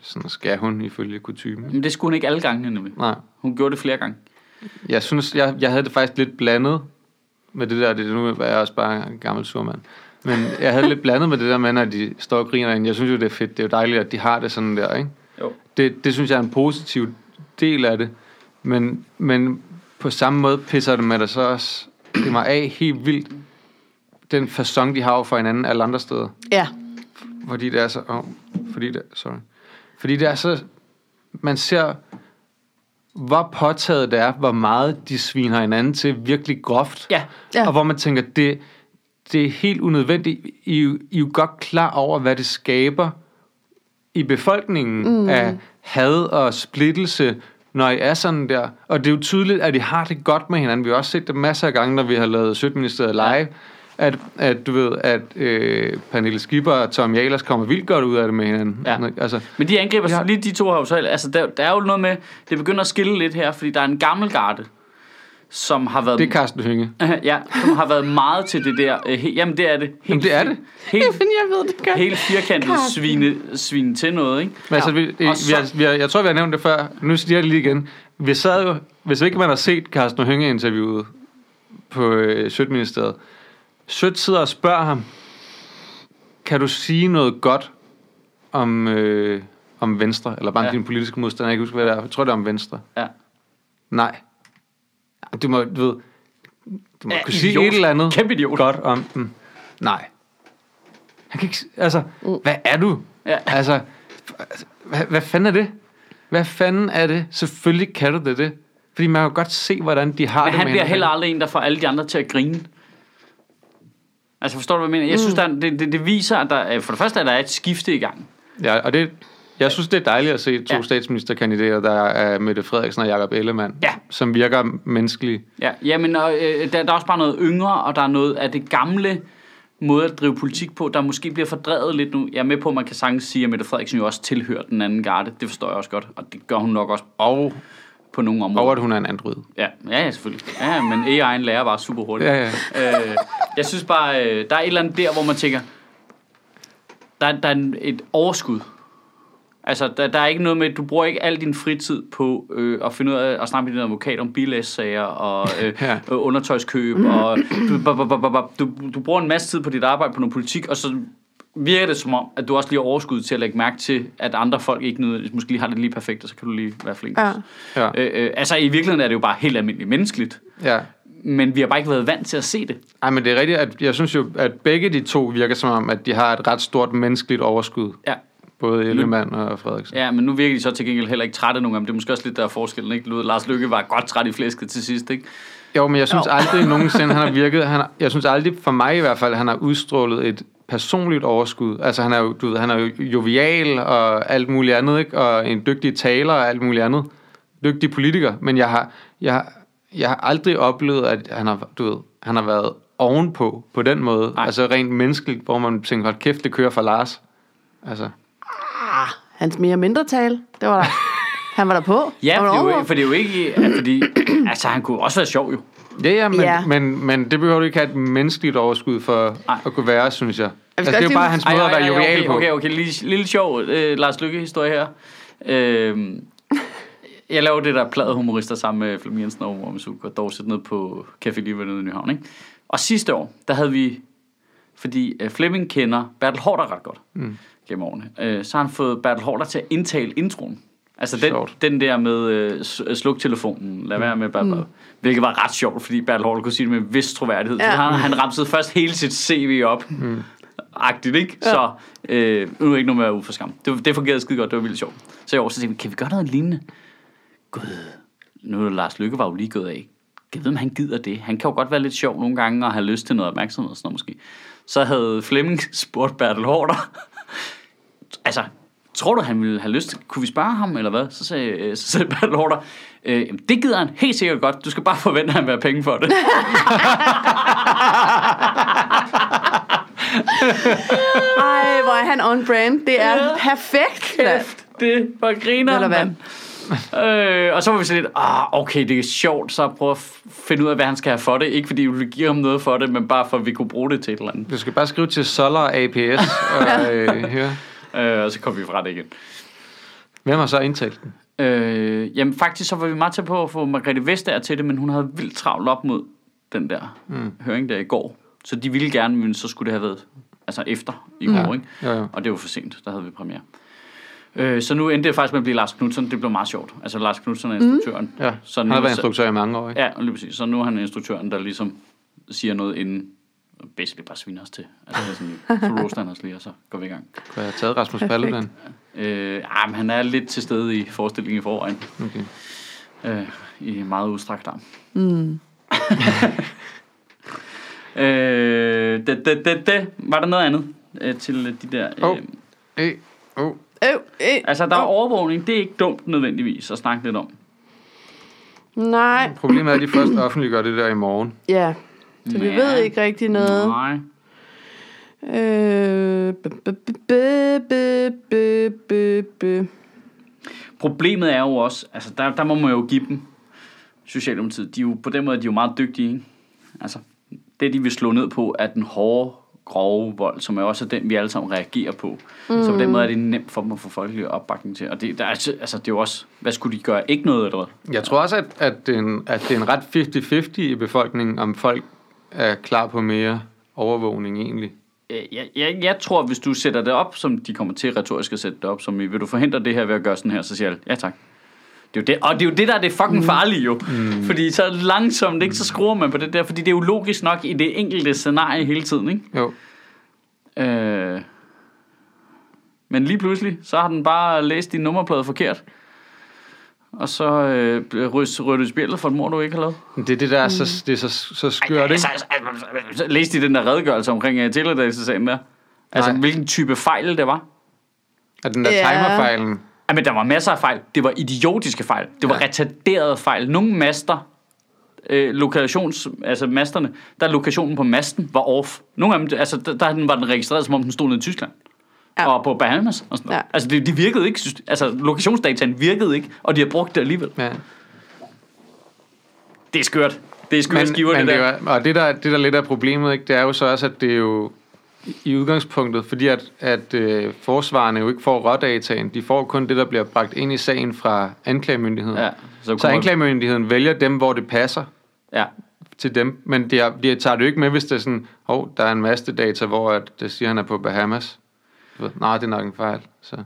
sådan skal hun ifølge kutumen. Men det skulle hun ikke alle gange, nemlig. Nej. Hun gjorde det flere gange. Jeg synes, jeg, jeg havde det faktisk lidt blandet med det der, det nu er jeg også bare en gammel surmand. Men jeg havde lidt blandet med det der med, når de står og griner ind. Jeg synes jo, det er fedt. Det er jo dejligt, at de har det sådan der, ikke? Jo. Det, det synes jeg er en positiv del af det. Men, men på samme måde pisser det med dig så også det mig af helt vildt. Den fasong, de har over for hinanden alle andre steder. Ja. Fordi det er så... Oh, fordi det, sorry. Fordi det er så... Man ser, hvor påtaget det er, hvor meget de sviner hinanden til virkelig groft. Ja. Ja. Og hvor man tænker, det, det er helt unødvendigt. I, er jo- I er jo godt klar over, hvad det skaber i befolkningen mm. af had og splittelse, når I er sådan der. Og det er jo tydeligt, at I har det godt med hinanden. Vi har også set det masser af gange, når vi har lavet Sødministeriet live, at, at du ved, at øh, Pernille Skipper og Tom Jalers kommer vildt godt ud af det med hinanden. Ja. Altså, Men de angriber, ja. lige de to har jo så, altså der, der er jo noget med, det begynder at skille lidt her, fordi der er en gammel garde, som har været... det er Carsten Hynge. ja, som har været meget til det der. Øh, he, jamen, det er det. Helt, Jamen, det er det. Helt, Men jeg ved det godt. helt firkantet Carsten. svine, svine til noget, ikke? Men altså, vi, vi, Og vi, har, så- vi har, jeg tror, vi har nævnt det før. Nu siger jeg det lige igen. Vi sad jo, hvis ikke man har set Carsten Hynge-interviewet på øh, Sødministeriet, Sødt sidder og spørger ham, kan du sige noget godt om, øh, om Venstre, eller bare ja. Ja. din politiske modstander, jeg kan ikke huske, hvad det er. Jeg tror, det er om Venstre. Ja. Nej. Du må, du ved, du må Ja, ja, kunne sige idiot. et eller andet Kæmpe idiot. godt om dem. Nej. Han kan ikke, s- altså, mm. hvad er du? Ja. Altså, f- altså, hvad, hvad fanden er det? Hvad fanden er det? Selvfølgelig kan du det, det. Fordi man kan jo godt se, hvordan de har Men han det med bliver hinanden. heller aldrig en, der får alle de andre til at grine. Altså, forstår du, hvad jeg mener? Jeg synes, der Mm. er, en- det, det, det viser, at der, øh, for det første, at der er et skifte i gang. Ja, og det, jeg synes, det er dejligt at se to Ja. ja. statsministerkandidater, der er Mette Frederiksen og Jakob Ellemann, Ja. som virker menneskelige. Ja, ja men og, øh, der, der er også bare noget yngre, og der er noget af det gamle måde at drive politik på, der måske bliver fordrevet lidt nu. Jeg er med på, at man kan sagtens sige, at Mette Frederiksen jo også tilhører den anden garde. Det forstår jeg også godt, og det gør hun nok også Og, på nogle områder. og at hun er en android. Ja, ja, ja selvfølgelig. Ja, men AI'en lærer bare super hurtigt. Ja, ja. Øh, jeg synes bare, øh, der er et eller andet der, hvor man tænker, der, er- der er en, et overskud. Altså, der, der er ikke noget med, du bruger ikke al din fritid på øh, at finde ud af at snakke med din advokat om bilæssager og øh, Ja. ja. undertøjskøb. Og, du, bu- bu- bu- bu- bu- du, du bruger en masse tid på dit arbejde på noget politik, og så virker det som om, at du også lige har overskud til at lægge mærke til, at andre folk ikke nødvendigvis måske lige har det lige perfekt, og så kan du lige være flink. Ja. Ja. Øh, øh, altså, i virkeligheden er det jo bare helt almindeligt menneskeligt, Ja. men vi har bare ikke været vant til at se det. Ej, men det er rigtigt, at jeg synes jo, at begge de to virker som om, at de har et ret stort menneskeligt overskud. Ja. Både Ellemann og Frederiksen. Ja, men nu virker de så til gengæld heller ikke trætte nogen af dem. Det er måske også lidt der er forskellen, ikke? Du ved, Lars Lykke var godt træt i flæsket til sidst, ikke? Jo, men jeg synes Jo. aldrig nogensinde, han har virket... Han har, jeg synes aldrig, for mig i hvert fald, han har udstrålet et personligt overskud. Altså, han er jo, du ved, han er jo jovial og alt muligt andet, ikke? Og en dygtig taler og alt muligt andet. Dygtig politiker. Men jeg har, jeg, har- jeg har aldrig oplevet, at han har, du ved, han har været ovenpå på den måde. Nej. Ej. Altså rent menneskeligt, hvor man tænker, hold kæft, det kører for Lars. Altså, Hans mere mindre tale, det var der. Han var der på. Ja, Han for var det, er jo, derovre. ikke- for det er jo ikke... ja, Fordi, altså, han kunne også være sjov, jo. Ja, ja, men, Ja. ja. Men, men det behøver du ikke have et menneskeligt overskud for Ej. at kunne være, synes jeg. Altså, det godt er jo lige- bare hans måde at være jovial okay, på. okay, okay. Lille, lille sjov øh, Lars Lykke-historie her. Øh, jeg laver det der plade humorister sammen med Flemming Jensen og Omar Masuk, og dog sætte ned på Café Live nede i Nyhavn, ikke? Og sidste år, der havde vi... Fordi øh, Flemming kender Bertel Hårder ret godt mm. gennem årene. Øh, så har han fået Bertel Hårder til at indtale introen. Altså den, Sjovt. den der med øh, s- øh, sluk telefonen, lad være med bare, mm. Hvilket var ret sjovt, fordi Bertel Hårder kunne sige det med en vis troværdighed. Ja. Ja. Så han, han ramsede først hele sit CV op. Mm agtigt, ikke? Ja. Så øh, nu er det ikke noget med at være ude for skam. Det, det fungerede skide godt, det var vildt sjovt. Så i år, så tænkte vi, kan vi gøre noget lignende? Gud, nu er Lars Lykke var jo lige gået af. Jeg ved, om han gider det. Han kan jo godt være lidt sjov nogle gange og have lyst til noget opmærksomhed og sådan noget måske. Så havde Flemming spurgt Bertel Hårder, altså, tror du, han ville have lyst? Kunne vi spare ham, eller hvad? Så sagde, øh, så sagde Bertel Hårder, øh, "Jamen, det gider han helt sikkert godt. Du skal bare forvente, at han vil have penge for det. Ej, hvor er han on brand. Det er Ja. perfekt. mand. kæft, det var griner, Eller hvad? mand. Øh, og så var vi så lidt, ah, okay, det er sjovt, så prøv at f- finde ud af, hvad han skal have for det. Ikke fordi vi vil give ham noget for det, men bare for, at vi kunne bruge det til et eller andet. Du skal bare skrive til Solar APS og øh, høre. Øh, og så kom vi fra det igen. Hvem har så indtalt den? Øh, jamen faktisk, så var vi meget tæt på at få Margrethe Vestager til det, men hun havde vildt travlt op mod den der mm. høring der i går. Så de ville gerne, men så skulle det have været altså efter i går, ikke? Jo, jo. Og det var for sent, der havde vi premiere. Øh, så nu endte det faktisk med at blive Lars Knudsen. Det blev meget sjovt. Altså Lars Knudsen er instruktøren. Mm. Ja, Så han har nu- været så- instruktør i mange år, ikke? Ja, lige præcis. Så nu er han instruktøren, der ligesom siger noget inden og basically bare sviner os til. Altså, det er sådan, så roaster han os lige, og så går vi i gang. Kunne jeg have taget Rasmus Paludan? Øh, ah, men han er lidt til stede i forestillingen i forvejen. Okay. Øh, I meget udstrakt arm. Mm. øh, det, det, det, det. Var der noget andet øh, til øh, de der... Øh, Åh. Hey. Oh. Øv, øh, Altså, der er overvågning. Det er ikke dumt nødvendigvis at snakke lidt om. nej, Problemet er, at de først offentliggør det der i morgen. ja. Så vi Ja. ved ikke rigtig noget. Nej. Øh, b- b- b- b- b- b- b- b- Problemet er jo også, altså der, der må man jo give dem, Socialdemokratiet, de er jo, på den måde de er de jo meget dygtige. Ikke? Altså, det de vil slå ned på, er den hårde, grove vold, som er også den, vi alle sammen reagerer på. Mm. Så på den måde er det nemt for dem at få folkelig opbakning til. Og det, der, er altså, altså, det er jo også, hvad skulle de gøre? Ikke noget eller hvad? Jeg tror også, at, at, det, er en, at det er en ret 50-50 i befolkningen, om folk er klar på mere overvågning egentlig. Øh, Jeg, jeg, jeg tror, hvis du sætter det op, som de kommer til retorisk at sætte det op, som i, vil du forhindre det her ved at gøre sådan her, så siger alle, ja tak. Det er jo det, og det er jo det, der er det fucking farlige jo. Mm. Fordi så langsomt, ikke, så skruer man på det der, fordi det er jo logisk nok i det enkelte scenarie hele tiden. Ikke? Jo. Øh, men lige pludselig, så har den bare læst din nummerplade forkert. Og så øh, ryddes spillet for et mor, du ikke har lavet. Men Det er det, der er så, Mm. det er så, så skørt, ikke? Altså, altså, altså, altså, læste I den der redegørelse omkring uh, teledatasagen der? Altså, Nej. hvilken type fejl det var? At den der Ja. timerfejlen, Ja, men der var masser af fejl. Det var idiotiske fejl. Det var ja. retarderede fejl. Nogle master, øh, lokations, altså masterne, der lokationen på masten var off. Nogle af dem, altså, der, der den- var den registreret, som om den stod nede i Tyskland. Ja. Ja. Og på Bahamas og sådan noget. Ja. Ja. Altså, det, de virkede ikke. syst- Altså, lokationsdataen virkede ikke, og de har brugt det alligevel. ja. Det er skørt. Det er skørt men, skiver, det men der. er jo- og det der, det der lidt er problemet, ikke, det er jo så også, at det er jo i udgangspunktet, fordi at, at øh, forsvarerne jo ikke får rådataen, de får kun det, der bliver bragt ind i sagen fra anklagemyndigheden. Ja, så så så kommer- anklagemyndigheden vælger dem, hvor det passer Ja. til dem, men de, har, de tager det jo ikke med, hvis det er sådan, hov, der er en masse data, hvor at det siger, han er på Bahamas. Du ved, Nej, det er nok en fejl. Så.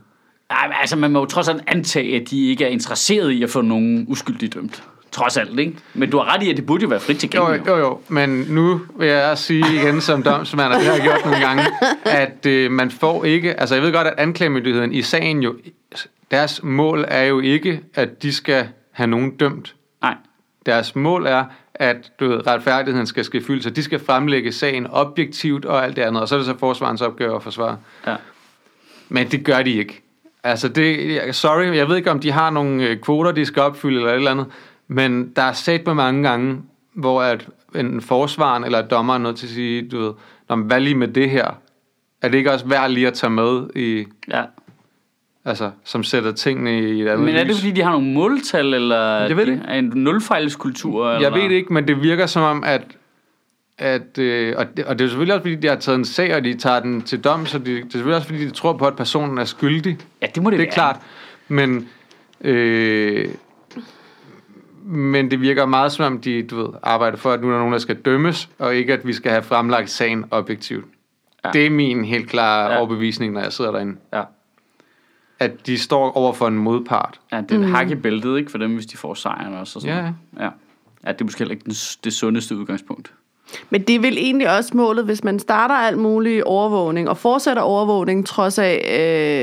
Ej, men altså, man må jo trods alt antage, at de ikke er interesseret i at få nogen uskyldigt dømt. Trods alt, ikke? Men du har ret i, at det burde jo være frit Jo, tilgængeligt. jo, jo, men nu vil jeg også sige igen som domsmand, og det har jeg gjort nogle gange, at øh, man får ikke, altså jeg ved godt, at anklagemyndigheden i sagen jo, deres mål er jo ikke, at de skal have nogen dømt. Nej. Deres mål er, at du ved, retfærdigheden skal ske fyldt, så de skal fremlægge sagen objektivt og alt det andet, og så er det så forsvarens opgave at forsvare. Ja. Men det gør de ikke. Altså, det, sorry, jeg ved ikke, om de har nogle øh, kvoter, de skal opfylde eller et eller andet, men der er set på mange gange, hvor at en forsvaren eller et dommer er nødt til at sige, du ved, "Nå, men hvad lige med det her? Er det ikke også værd lige at tage med i, ja. altså, som sætter tingene i et andet Men er det lys? fordi, de har nogle måltal, eller Jeg ved det de er en nulfejlskultur? Jeg eller? ved det ikke, men det virker som om, at, at øh, og, det, og det er jo selvfølgelig også, fordi de har taget en sag, og de tager den til dom, så de, det er selvfølgelig også, fordi de tror på, at personen er skyldig. Ja, det må det, det er være. klart. Men, øh, men det virker meget som om, de du ved, arbejder for, at nu er der nogen, der skal dømmes, og ikke at vi skal have fremlagt sagen objektivt. Ja. Ja. Det er min helt klare ja. Ja. overbevisning, når jeg sidder derinde. Ja, At de står over for en modpart. ja det er mm. hak i bæltet, ikke, for dem, hvis de får sejren også. Og sådan. Ja, noget. ja. Ja, det er måske heller ikke den, det sundeste udgangspunkt. Men det er vel egentlig også målet, hvis man starter alt muligt overvågning, og fortsætter overvågning trods af,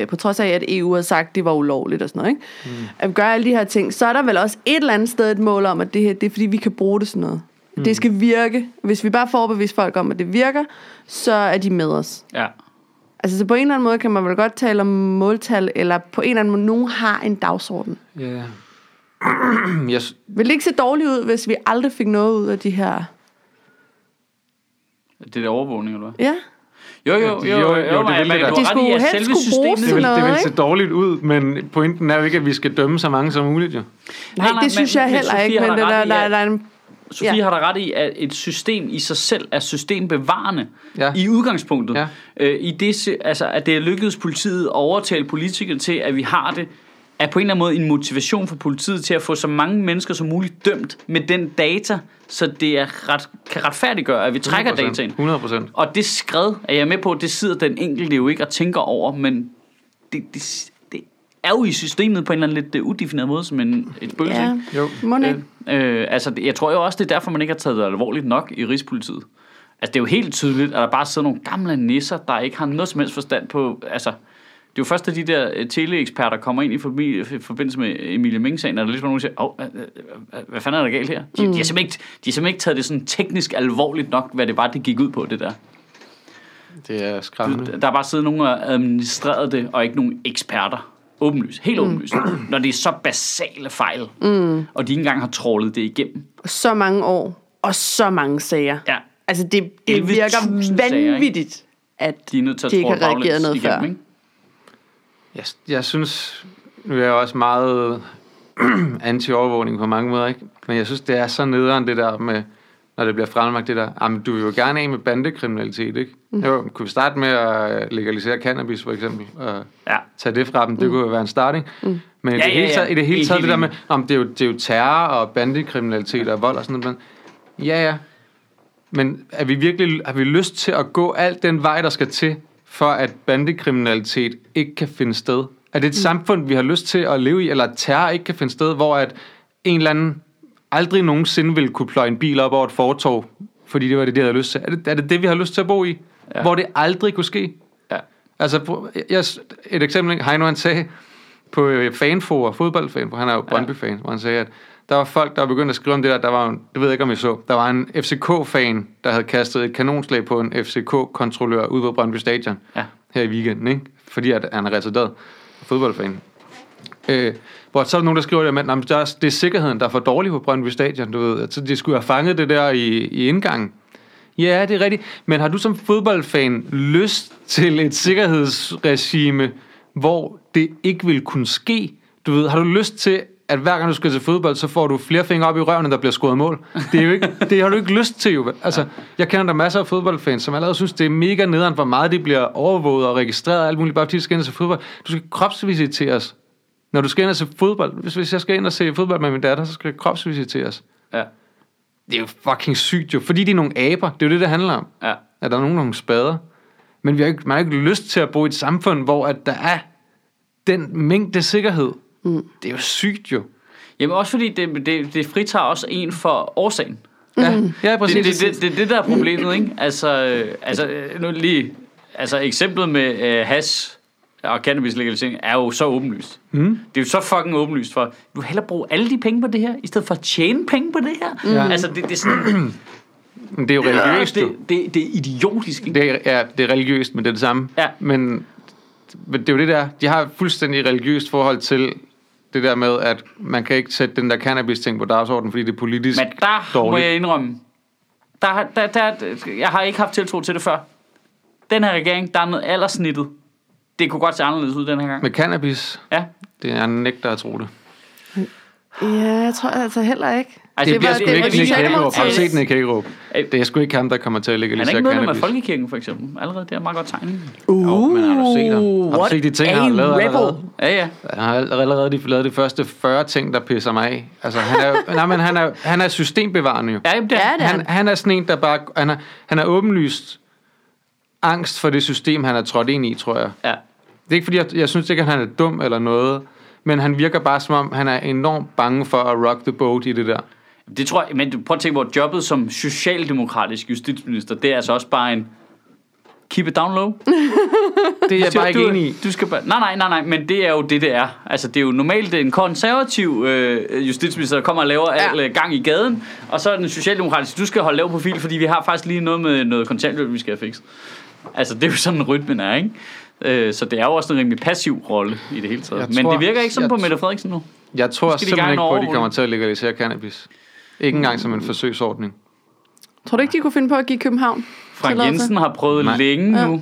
øh, på trods af, at EU har sagt, det var ulovligt og sådan noget, ikke? Mm. At gøre alle de her ting, så er der vel også et eller andet sted et mål om, at det her, det er fordi, vi kan bruge det sådan noget. Mm. Det skal virke. Hvis vi bare får overbevist folk om, at det virker, så er de med os. Ja. Altså, så på en eller anden måde kan man vel godt tale om måltal, eller på en eller anden måde, nogen har en dagsorden. Ja. jeg, s- Vil det ikke se dårligt ud, hvis vi aldrig fik noget ud af de her... Det er der overvågning, eller hvad? Ja, Jo, jo, Ja, jo. de- jo, jo, jo, det jo, ville men det da. du har ret De i, skulle at helst selve kunne bruge systemet... det vil, noget, det vil ikke? se dårligt ud, men pointen er jo ikke, at vi skal dømme så mange som muligt, jo. Nej, nej, det synes men- jeg men heller Sofie ikke, har men da der, ret der, i, der, at- der er en... Sofie Ja. ja. har da ret i, at et system i sig selv er systembevarende Ja. ja. i udgangspunktet. Ja. Øh, I det, se- altså, at det er lykkedes politiet at overtale politikere til, at vi har det er på en eller anden måde en motivation for politiet til at få så mange mennesker som muligt dømt med den data, så det er ret, kan retfærdiggøre, at vi trækker 100%, dataen. 100 procent. Og det skred, er jeg med på, det sidder den enkelte jo ikke og tænker over, men det, det, det er jo i systemet på en eller anden lidt øh, udefineret måde, som en, et spøgelse. Ja, ikke? Jo. må det ikke? Øh, øh, altså, det- jeg tror jo også, det er derfor, man ikke har taget det alvorligt nok i Rigspolitiet. Altså, det er jo helt tydeligt, at der bare sidder nogle gamle nisser, der ikke har noget som helst forstand på... Altså, det er jo først, da de der øh, teleeksperter kommer ind i forbi- i forbindelse med Emilie Ming-sagen, og der ligesom nogen der siger, Åh, hvad, hvad, hvad fanden er der galt her? De, mm. de, har simpelthen ikke, de har simpelthen ikke taget det sådan teknisk alvorligt nok, hvad det var, det gik ud på, det der. Det er skræmmende. Der har bare siddet nogen og administreret det, og ikke nogen eksperter. Åbenlyst. Helt åbenlyst. Når det er så basale fejl, mm. og de ikke engang har trålet det igennem. Så mange år, og så mange sager. Ja. Altså, det, det 11.000 virker sager, ikke? vanvittigt, at De er nødt til at de ikke tråle har reageret baglæns noget igennem, før. ikke? Jeg, jeg synes, nu er jeg jo også meget anti-overvågning på mange måder, ikke? men jeg synes, det er så nederen det der med, når det bliver fremlagt det der, jamen du vil jo gerne af med bandekriminalitet, ikke? Mm. Jo, kunne vi starte med at legalisere cannabis for eksempel, og Ja. tage det fra dem, det kunne jo være en starting. Mm. Men i, Ja, det ja, hele ja. taget, i det hele Helt, taget det helt der med, enig. om det, er jo, det er jo terror og bandekriminalitet og vold og sådan noget, men ja, ja, men er vi virkelig, har vi lyst til at gå alt den vej, der skal til, for at bandekriminalitet ikke kan finde sted? Er det et samfund, vi har lyst til at leve i, eller at terror ikke kan finde sted, hvor at en eller anden aldrig nogensinde vil kunne pløje en bil op over et fortov, fordi det var det, de havde lyst til? Er det er det, det vi har lyst til at bo i? Ja. Hvor det aldrig kunne ske? Ja. Altså, prøv- jeg, et eksempel, ikke? Heino han sagde på øh, fanforer, fodboldfan, for han er jo Brøndby-fan, hvor han sagde, at der var folk, der begyndte at skrive om det der, der var, jo- det ved jeg ikke, om I så, der var en FCK-fan, der havde kastet et kanonslag på en FCK-kontrollør ude ved Brøndby Stadion Ja. her i weekenden, ikke? fordi at han er retarderet fodboldfan. Øh, hvor så er der nogen, der skriver, det, at "Nå, men der er, det er sikkerheden, der er for dårlig på Brøndby Stadion, du ved. Så de skulle have fanget det der i, i indgangen. Ja, det er rigtigt. Men har du som fodboldfan lyst til et sikkerhedsregime, hvor det ikke vil kunne ske? Du ved, har du lyst til, at hver gang du skal til fodbold, så får du flere fingre op i røven, end der bliver scoret mål? Det, er jo ikke, det har du ikke lyst til, jo. vel? Altså, jeg kender der masser af fodboldfans, som allerede synes, det er mega nederen, hvor meget de bliver overvåget og registreret og alt muligt, bare fordi de skal ind og se fodbold. Du skal kropsvisiteres. Når du skal ind og se fodbold, hvis, hvis jeg skal ind og se fodbold med min datter, så skal jeg kropsvisiteres. Ja. Det er jo fucking sygt jo, fordi de er nogle aber. Det er jo det, det handler om. Ja. At der er nogen, der er nogle spader. Men vi har ikke, man har ikke lyst til at bo i et samfund, hvor at der er den mængde sikkerhed. Mm. Det er jo sygt jo. Jamen også fordi det, det, det fritager også en for årsagen. Ja, ja præcis. Det, det, det, det, det der er problemet, ikke? Altså, øh, altså øh, nu lige... Altså eksemplet med øh, hash og cannabis legalisering er jo så åbenlyst. Mm. Det er jo så fucking åbenlyst for, du vil hellere bruge alle de penge på det her, i stedet for at tjene penge på det her. Mm. Ja. Altså det, det er sådan, Men det er jo religiøst jo. det, det, det er idiotisk, ikke? Det er, ja, det er religiøst, men det er det samme. Ja. Men, men det er jo det der. De har et fuldstændig religiøst forhold til det der med, at man kan ikke sætte den der cannabis-ting på dagsordenen, fordi det er politisk Men der Dårligt. må dårligt. jeg indrømme, der, har- der, der, jeg har ikke haft tiltro til det før. Den her regering, der er noget aldersnittet. Det kunne godt se anderledes ud den her gang. Med cannabis, Ja. det er en nægter at tro det. Ja, jeg tror altså heller ikke. Altså, Det, det var- bliver sgu det var ikke Nick Hagerup. Har du Socialdemokratiet. set Nick Hagerup? Det er sgu ikke ham, der kommer til at Han er legalisere ikke cannabis. medlem af Folkekirken, for eksempel. Allerede, det er meget godt tegning. Uh, Jo, men har du set ham? Har du set de ting, han har lavet allerede? Ja, ja. Han har allerede de, lavet de første 40 ting, der pisser mig af. Altså, han er, jo- nej, men han er, han er systembevarende jo. Ja, jamen, det er, Ja, det er Han, han er sådan en, der bare... Han er, han er åbenlyst angst for det system, han er trådt ind i, tror jeg. ja. Det er ikke fordi, jeg, jeg synes ikke, at han er dum eller noget, men han virker bare som om, han er enormt bange for at rock the boat i det der. Det tror jeg, men du- prøv at tænke på, at jobbet som socialdemokratisk justitsminister, det er altså også bare en keep it down low. Det er jeg bare ikke du, enig i. Du skal bare, nej, nej, nej, nej, men det er jo det, det er. Altså, det er jo normalt det er en konservativ øh, justitsminister, der kommer og laver ja. al øh, gang i gaden, og så er den socialdemokratiske, du skal holde lav profil, fordi vi har faktisk lige noget med noget kontantløb, vi skal have fikset. Altså, det er jo sådan, rytmen er, ikke? Øh, så det er jo også en rimelig passiv rolle i det hele taget. Jeg men tror- det virker ikke sådan jeg på tr- Mette Frederiksen nu. Jeg tror skal de i gang simpelthen ikke på, at de overvåge kommer det. til at legalisere cannabis. Ikke engang som en forsøgsordning. Tror du ikke, de kunne finde på at give København? Frank tilladelse? Jensen har prøvet Nej. nej. længe Ja. nu.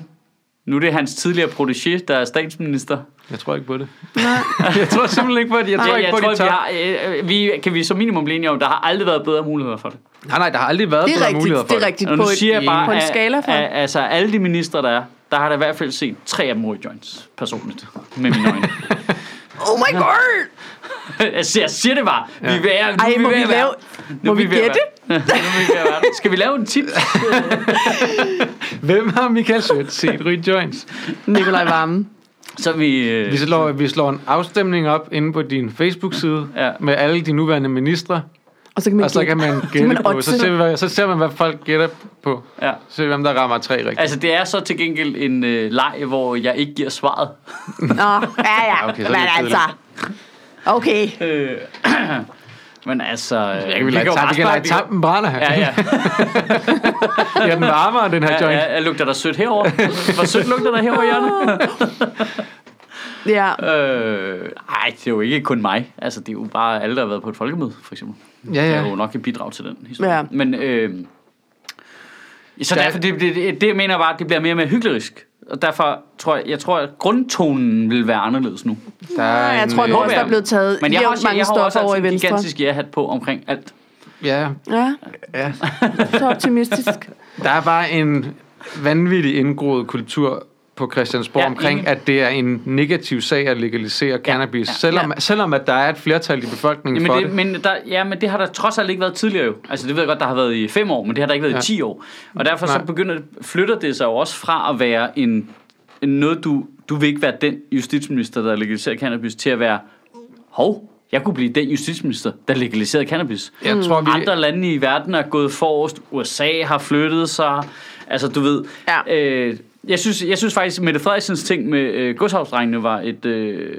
Nu er det hans tidligere protégé, der er statsminister. Jeg tror ikke på det. jeg tror simpelthen ikke på det. Jeg tror Ja, ikke jeg på, tror, det. vi, tager. har, øh, øh, vi kan vi som minimum blive enige om, der har aldrig været bedre muligheder for det. Ah, Nej, nej, der har aldrig været Det er bedre rigtigt, muligheder for det er rigtigt. Og nu På et- siger jeg bare, på en at- skala for- at, altså alle de ministre, der er, der har der i hvert fald set tre af dem ryge joints, personligt, med mine øjne. Oh my god! jeg, siger, jeg siger det bare. Vi er, ved- nu Ej, er må ved vi at være- lave- nu er må vi ved at gætte? være- nu er vi ved at være der. Skal vi lave en tip? Hvem har Michael Sødt set ryge joints? Nikolaj Vammen. Så er vi... Øh, Vi slår, vi slår en afstemning op inde på din Facebook-side Ja. ja. med alle de nuværende ministre, Og så kan man og så gætte. kan man kan gætte man på. oddse Så ser, vi, hvad, så ser man, hvad folk gætter på. ja. Så ser vi, hvem der rammer tre rigtigt. Altså, det er så til gengæld en øh, leg, hvor jeg ikke giver svaret. Nå, ja, ja. okay, så er okay, det Men lidt altså... Okay. Øh, men altså... Jeg kan vi lade jo tam- bare vi kan spørge- lade tampen brænde her. Ja, Ja, ja. ja. den varmere, den her ja, joint. ja, ja, lugter der sødt herover? Hvor sødt lugter der herover, Jørgen? Ja. Øh, ej, det er jo ikke kun mig. Altså, det er jo bare alle, der har været på et folkemøde, for eksempel. Ja, Det ja. er jo nok et bidrag til den historie. Ja. Men, øh, så Der er- derfor, det, det, det, det mener jeg bare, at det bliver mere og mere hyklerisk. Og derfor tror jeg, jeg tror, at grundtonen vil være anderledes nu. Der Ja, er jeg en, tror, det øh, var- også, der er blevet taget Men jeg har jævnt også, mange jeg har stoffer også over over i en Venstre. gigantisk ja-hat på omkring alt. ja, Ja, ja. så optimistisk. Der er bare en vanvittig indgroet kultur på Christiansborg Ja, ja, omkring, enig. at det er en negativ sag at legalisere cannabis, ja, ja, selvom, ja. selvom at der er et flertal i befolkningen Jamen for det, det. men der, ja, men det har der trods alt ikke været tidligere jo. Altså det ved jeg godt, der har været i fem år, men det har der ikke været ja. i Ja. 10 år. Og derfor så Nej. begynder, det- flytter det sig jo også fra at være en, en noget, du, du vil ikke være den justitsminister, der legaliserer cannabis, til at være, hov, jeg kunne blive den justitsminister, der legaliserede cannabis. Jeg tror, vi- Andre lande i verden er gået forrest. USA har flyttet sig. Altså, du ved... Ja. Øh, jeg, synes, jeg synes faktisk, Mette Frederiksens ting med øh, godshavsdrengene var et... Øh,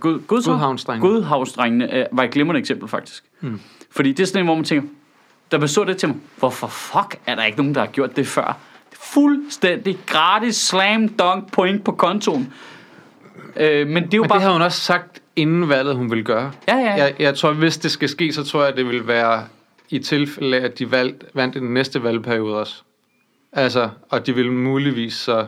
god, godsav- Godhavnsdrengene. Hmm. Godhavnsdrengene øh, var et glimrende eksempel, faktisk. Mm. Fordi det er sådan en, hvor man tænker, der bestod det til mig, hvorfor fuck er der ikke nogen, der har gjort det før? Fuldstændig gratis slam dunk point på kontoen. Øh, men det er jo Men bare... det har hun også sagt inden valget, hun vil gøre. Ja, ja, ja. Jeg, jeg tror, hvis det skal ske, så tror jeg, det vil være i tilfælde af, at de valgt, vandt i den næste valgperiode også. Altså, og de vil muligvis så...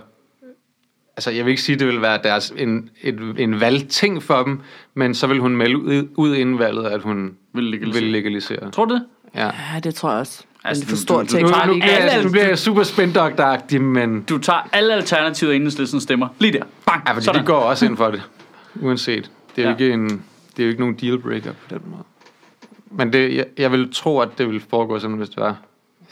Altså, jeg vil ikke sige, det vil være deres, en, en, en valgting for dem, men så vil hun melde ud, ud inden valget, at hun Vil legalisere. Vil legalisere. Tror du det? Ja. Ja, det tror jeg også. Altså, Altså, det er for du- stor du- du- Nu, tekst. nu, bliver jeg, alle- nu bliver jeg super spindokteragtig, men... Du tager alle alternativet og enhedslisten stemmer. Lige der. Bang. Ja, fordi Sådan. de går også ind for det, uanset. Det er, Ja. ja. ikke en, det er jo ikke nogen dealbreaker på den måde. Men det, jeg, jeg vil tro, at det vil foregå sådan, hvis det var.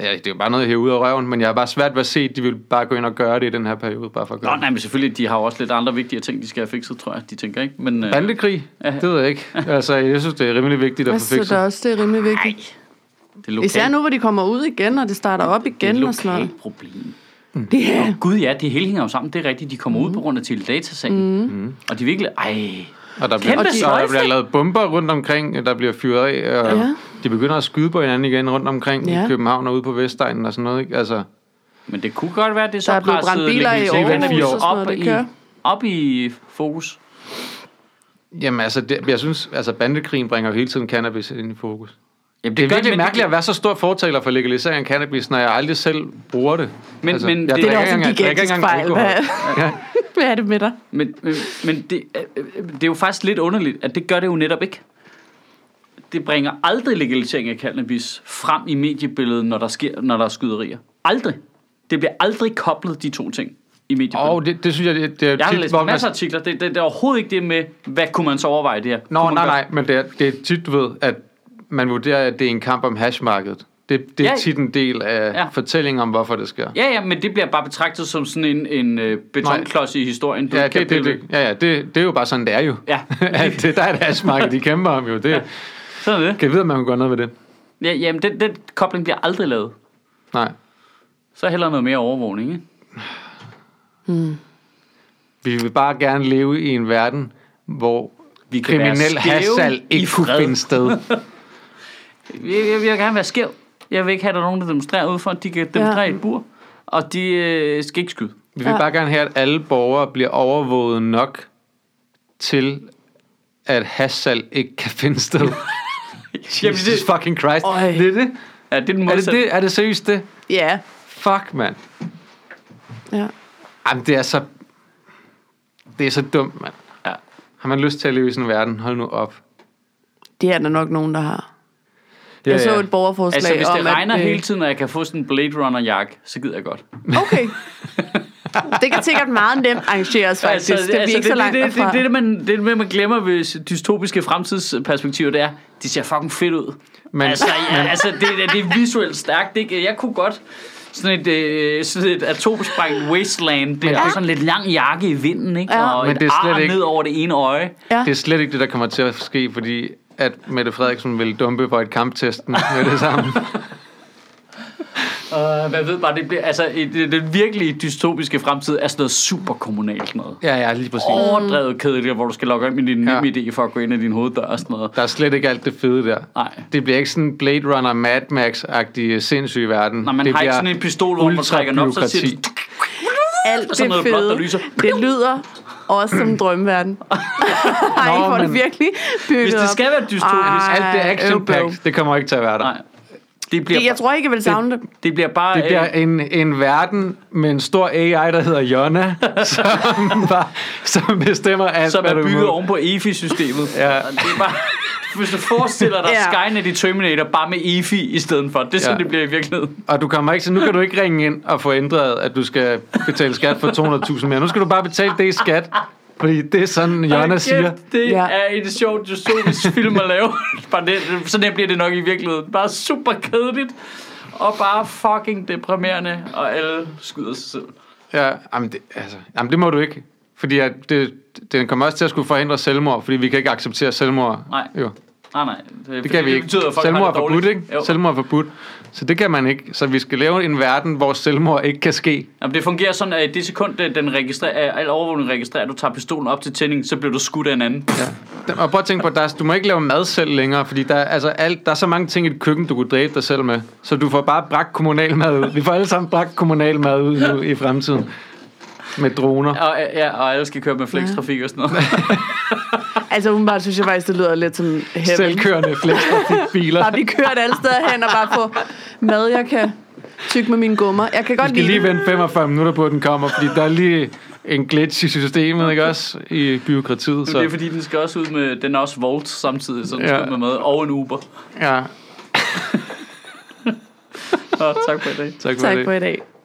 Ja, det er jo bare noget her ud af røven, men jeg har bare svært ved at se, at de vil bare gå ind og gøre det i den her periode, bare for at gøre Nå, det. nej, men selvfølgelig, de har jo også lidt andre vigtige ting, de skal have fikset, tror jeg, de tænker, ikke? Men, øh, Bandekrig? Det ved jeg ikke. Altså, jeg synes, det er rimelig vigtigt Jeg at få synes fikset. også, det er rimelig vigtigt. det er lokalt, Især nu, hvor de kommer ud igen, og det starter op det er et igen og sådan noget. lokalt problem. Det er... Gud ja, det hele hænger jo sammen, det er rigtigt. De kommer Mhm. ud på grund af teledatatagen. Mm. Og de er virkelig, ej, Og Kæmpe der bliver, og der sløjfe! bliver lavet bomber rundt omkring, der bliver fyret af, og Ja. ja. de begynder at skyde på hinanden igen rundt omkring ja. Ja. i København og ude på Vestegnen og sådan noget. Ikke? Altså, men det kunne godt være, det er så Der er blevet presset brændt biler i legaliseringen Aarhus af og op, sådan noget, det i, kører. op i fokus. Jamen altså, det, jeg synes, altså bandekrigen bringer jo hele tiden cannabis ind i fokus. Jamen, Det er gør virkelig men- mærkeligt at være så stor fortaler for legalisering af cannabis, når jeg aldrig selv bruger det. Men- altså, men jeg det er drikker Det er ikke også en engang- jeg drikker ikke gigantisk engang fejl. alkohol. Hvad, hvad er det med dig? Men, men, men det, øh, øh, det er jo faktisk lidt underligt, at det gør det jo netop ikke. Det bringer aldrig legalisering af cannabis frem i mediebilledet, når der, sker, når der er skyderier. Aldrig. Det bliver aldrig koblet, de to ting, i mediebilledet. Og det, det synes jeg, det, det er jeg har tit, læst hvor man- masser af artikler. Det, det, det er overhovedet ikke det med, hvad kunne man så overveje det her? Nå, Kunne man nej, gøre- nej, men det er, det er tit, du ved, at man vurderer, at det er en kamp om hashmarkedet. Det, det er Ja. tit en del af Ja. ja. fortællingen om, hvorfor det sker. Ja, ja, men det bliver bare betragtet som sådan en, en øh, betonklods i historien. Du Ja, kan det, det, pille det, ja, ja det, det er jo bare sådan, det er jo. Ja. At det, der er et hashmarked, de kæmper om jo. Det, ja. væk. Sådan er det. Kan jeg vide, om man kunne gøre noget ved det? Ja, jamen, den, den kobling bliver aldrig lavet. Nej. Så heller noget mere overvågning, ikke? Vi vil bare gerne leve i en verden, hvor Vi vi kan være kriminel skæve hasal i ikke kunne fred. finde sted. jeg, jeg vil gerne være skæv. Jeg vil ikke have, at der er nogen, der demonstrerer udenfor. De kan demonstrere ja. i et bur, og de øh, skal ikke skyde. Vi vil Ja. bare gerne have, at alle borgere bliver overvåget nok til, at hasal ikke kan finde sted. Jamen, Jesus det, fucking Christ. Øj. Det er det. ja, det er den Er det, modsatte. det, er det seriøst det? Ja. Fuck, mand. ja. Jamen, det er så... Det er så dumt, mand. Ja. Har man lyst til at leve i sådan en verden? Hold nu op. Det er der nok nogen, der har. Jeg så et borgerforslag Altså, hvis det om, regner at, hele øh, tiden, og jeg kan få sådan en Blade Runner-jakke, så gider jeg godt. Okay. Det kan sikkert meget nemt arrangeres faktisk. Altså, det bliver altså, ikke det, så langt det, det, derfra. det, det, det, man, det, man glemmer ved dystopiske fremtidsperspektiver, det er, de ser fucking fedt ud. Men- Men, altså, ja, altså det, det- det er visuelt stærkt. Ikke? Jeg kunne godt sådan et, øh, sådan et atomsprængt wasteland der, Men- ja. og sådan lidt lang jakke i vinden, ikke? Ja. Ja. og Men et det er slet ar ikke- ned over det ene øje. Ja. Det er slet ikke det, der kommer til at ske, fordi at Mette Frederiksen ville dumpe for et kamptesten med det samme. Uh, man ved bare, det bliver, altså, i det, den virkelig dystopiske fremtid er sådan noget superkommunalt noget. Mm. Ja, ja, lige præcis. Overdrevet kedeligt, hvor du skal logge ind med din Ja. ja. idé for at gå ind ad din hoveddør og sådan noget. Der er slet ikke alt det fede der. Nej. Det bliver ikke sådan en Blade Runner, Mad Max-agtig sindssyg verden. Når man det har ikke bliver sådan en pistol, hvor man trækker den op, så siger den, ultrabureaukrati. Alt sådan det noget blåt, der fede, lyser. det lyder også som drømmeverden. Ej, Nå, hvor er det men- virkelig bygget Hvis det skal op. være dystopisk, Ej, Alt det action øvbøv. pack, det kommer ikke til at være der. Nej. Det bliver, Det, jeg tror ikke, jeg vil savne det. det bliver bare... øh, Det bliver en, en verden med en stor AI, der hedder Jonna, som, bare, som bestemmer alt, som hvad er du bygget må. oven på EFI-systemet. Ja. Og Det er bare, hvis du forestiller dig Ja. Skynet i Terminator bare med EFI i stedet for. Det er sådan, Ja. det bliver i virkeligheden. Og du kommer ikke, så nu kan du ikke ringe ind og få ændret, at du skal betale skat for 200.000 mere. Nu skal du bare betale det i skat, fordi det er sådan, Hold Jonna kæft, siger. Det ja. Ja. er en sjov dystopisk film at lave. Bare det, sådan her bliver det nok i virkeligheden. Bare super kedeligt. Og bare fucking deprimerende. Og alle skyder sig selv. Ja, jamen det, altså, jamen det må du ikke. Fordi at det, den kommer også til at skulle forhindre selvmord, fordi vi kan ikke acceptere selvmord. Nej. Jo, Nej, nej. Det, det kan vi ikke. Betyder, at folk selvmord har er det forbudt, dårligt. ikke? Jo. Selvmord er forbudt. Så det kan man ikke. Så vi skal lave en verden, hvor selvmord ikke kan ske. Jamen, det fungerer sådan, at i det sekund, at den registrerer, al overvågning registrerer, at du tager pistolen op til tænding, så bliver du skudt af en anden. Ja. Den- Og prøv at tænke på, der, er- du må ikke lave mad selv længere, fordi der, er- altså, alt, der er så mange ting i dit køkken, du kunne dræbe dig selv med. Så du får bare bragt kommunal mad ud. Vi får alle sammen bragt kommunal mad ud nu i fremtiden. Med droner. Og, øh, ja, og alle skal køre med flextrafik og sådan noget. Altså, umiddelbart synes jeg faktisk, det lyder lidt som heaven. Selvkørende flextrafikbiler. Bare blive kørt alle steder hen og bare få mad, jeg kan tykke med mine gummer. Jeg kan godt Vi skal lide lige det. vente 45 minutter på, at den kommer, fordi der er lige en glitch i systemet, ikke også? I byråkratiet. Så. Det er Så, fordi, den skal også ud med, den er også Volt samtidig, så den Ja. skal ud med mad og en Uber. ja, Og tak for i dag. tak for Tak det. for i dag.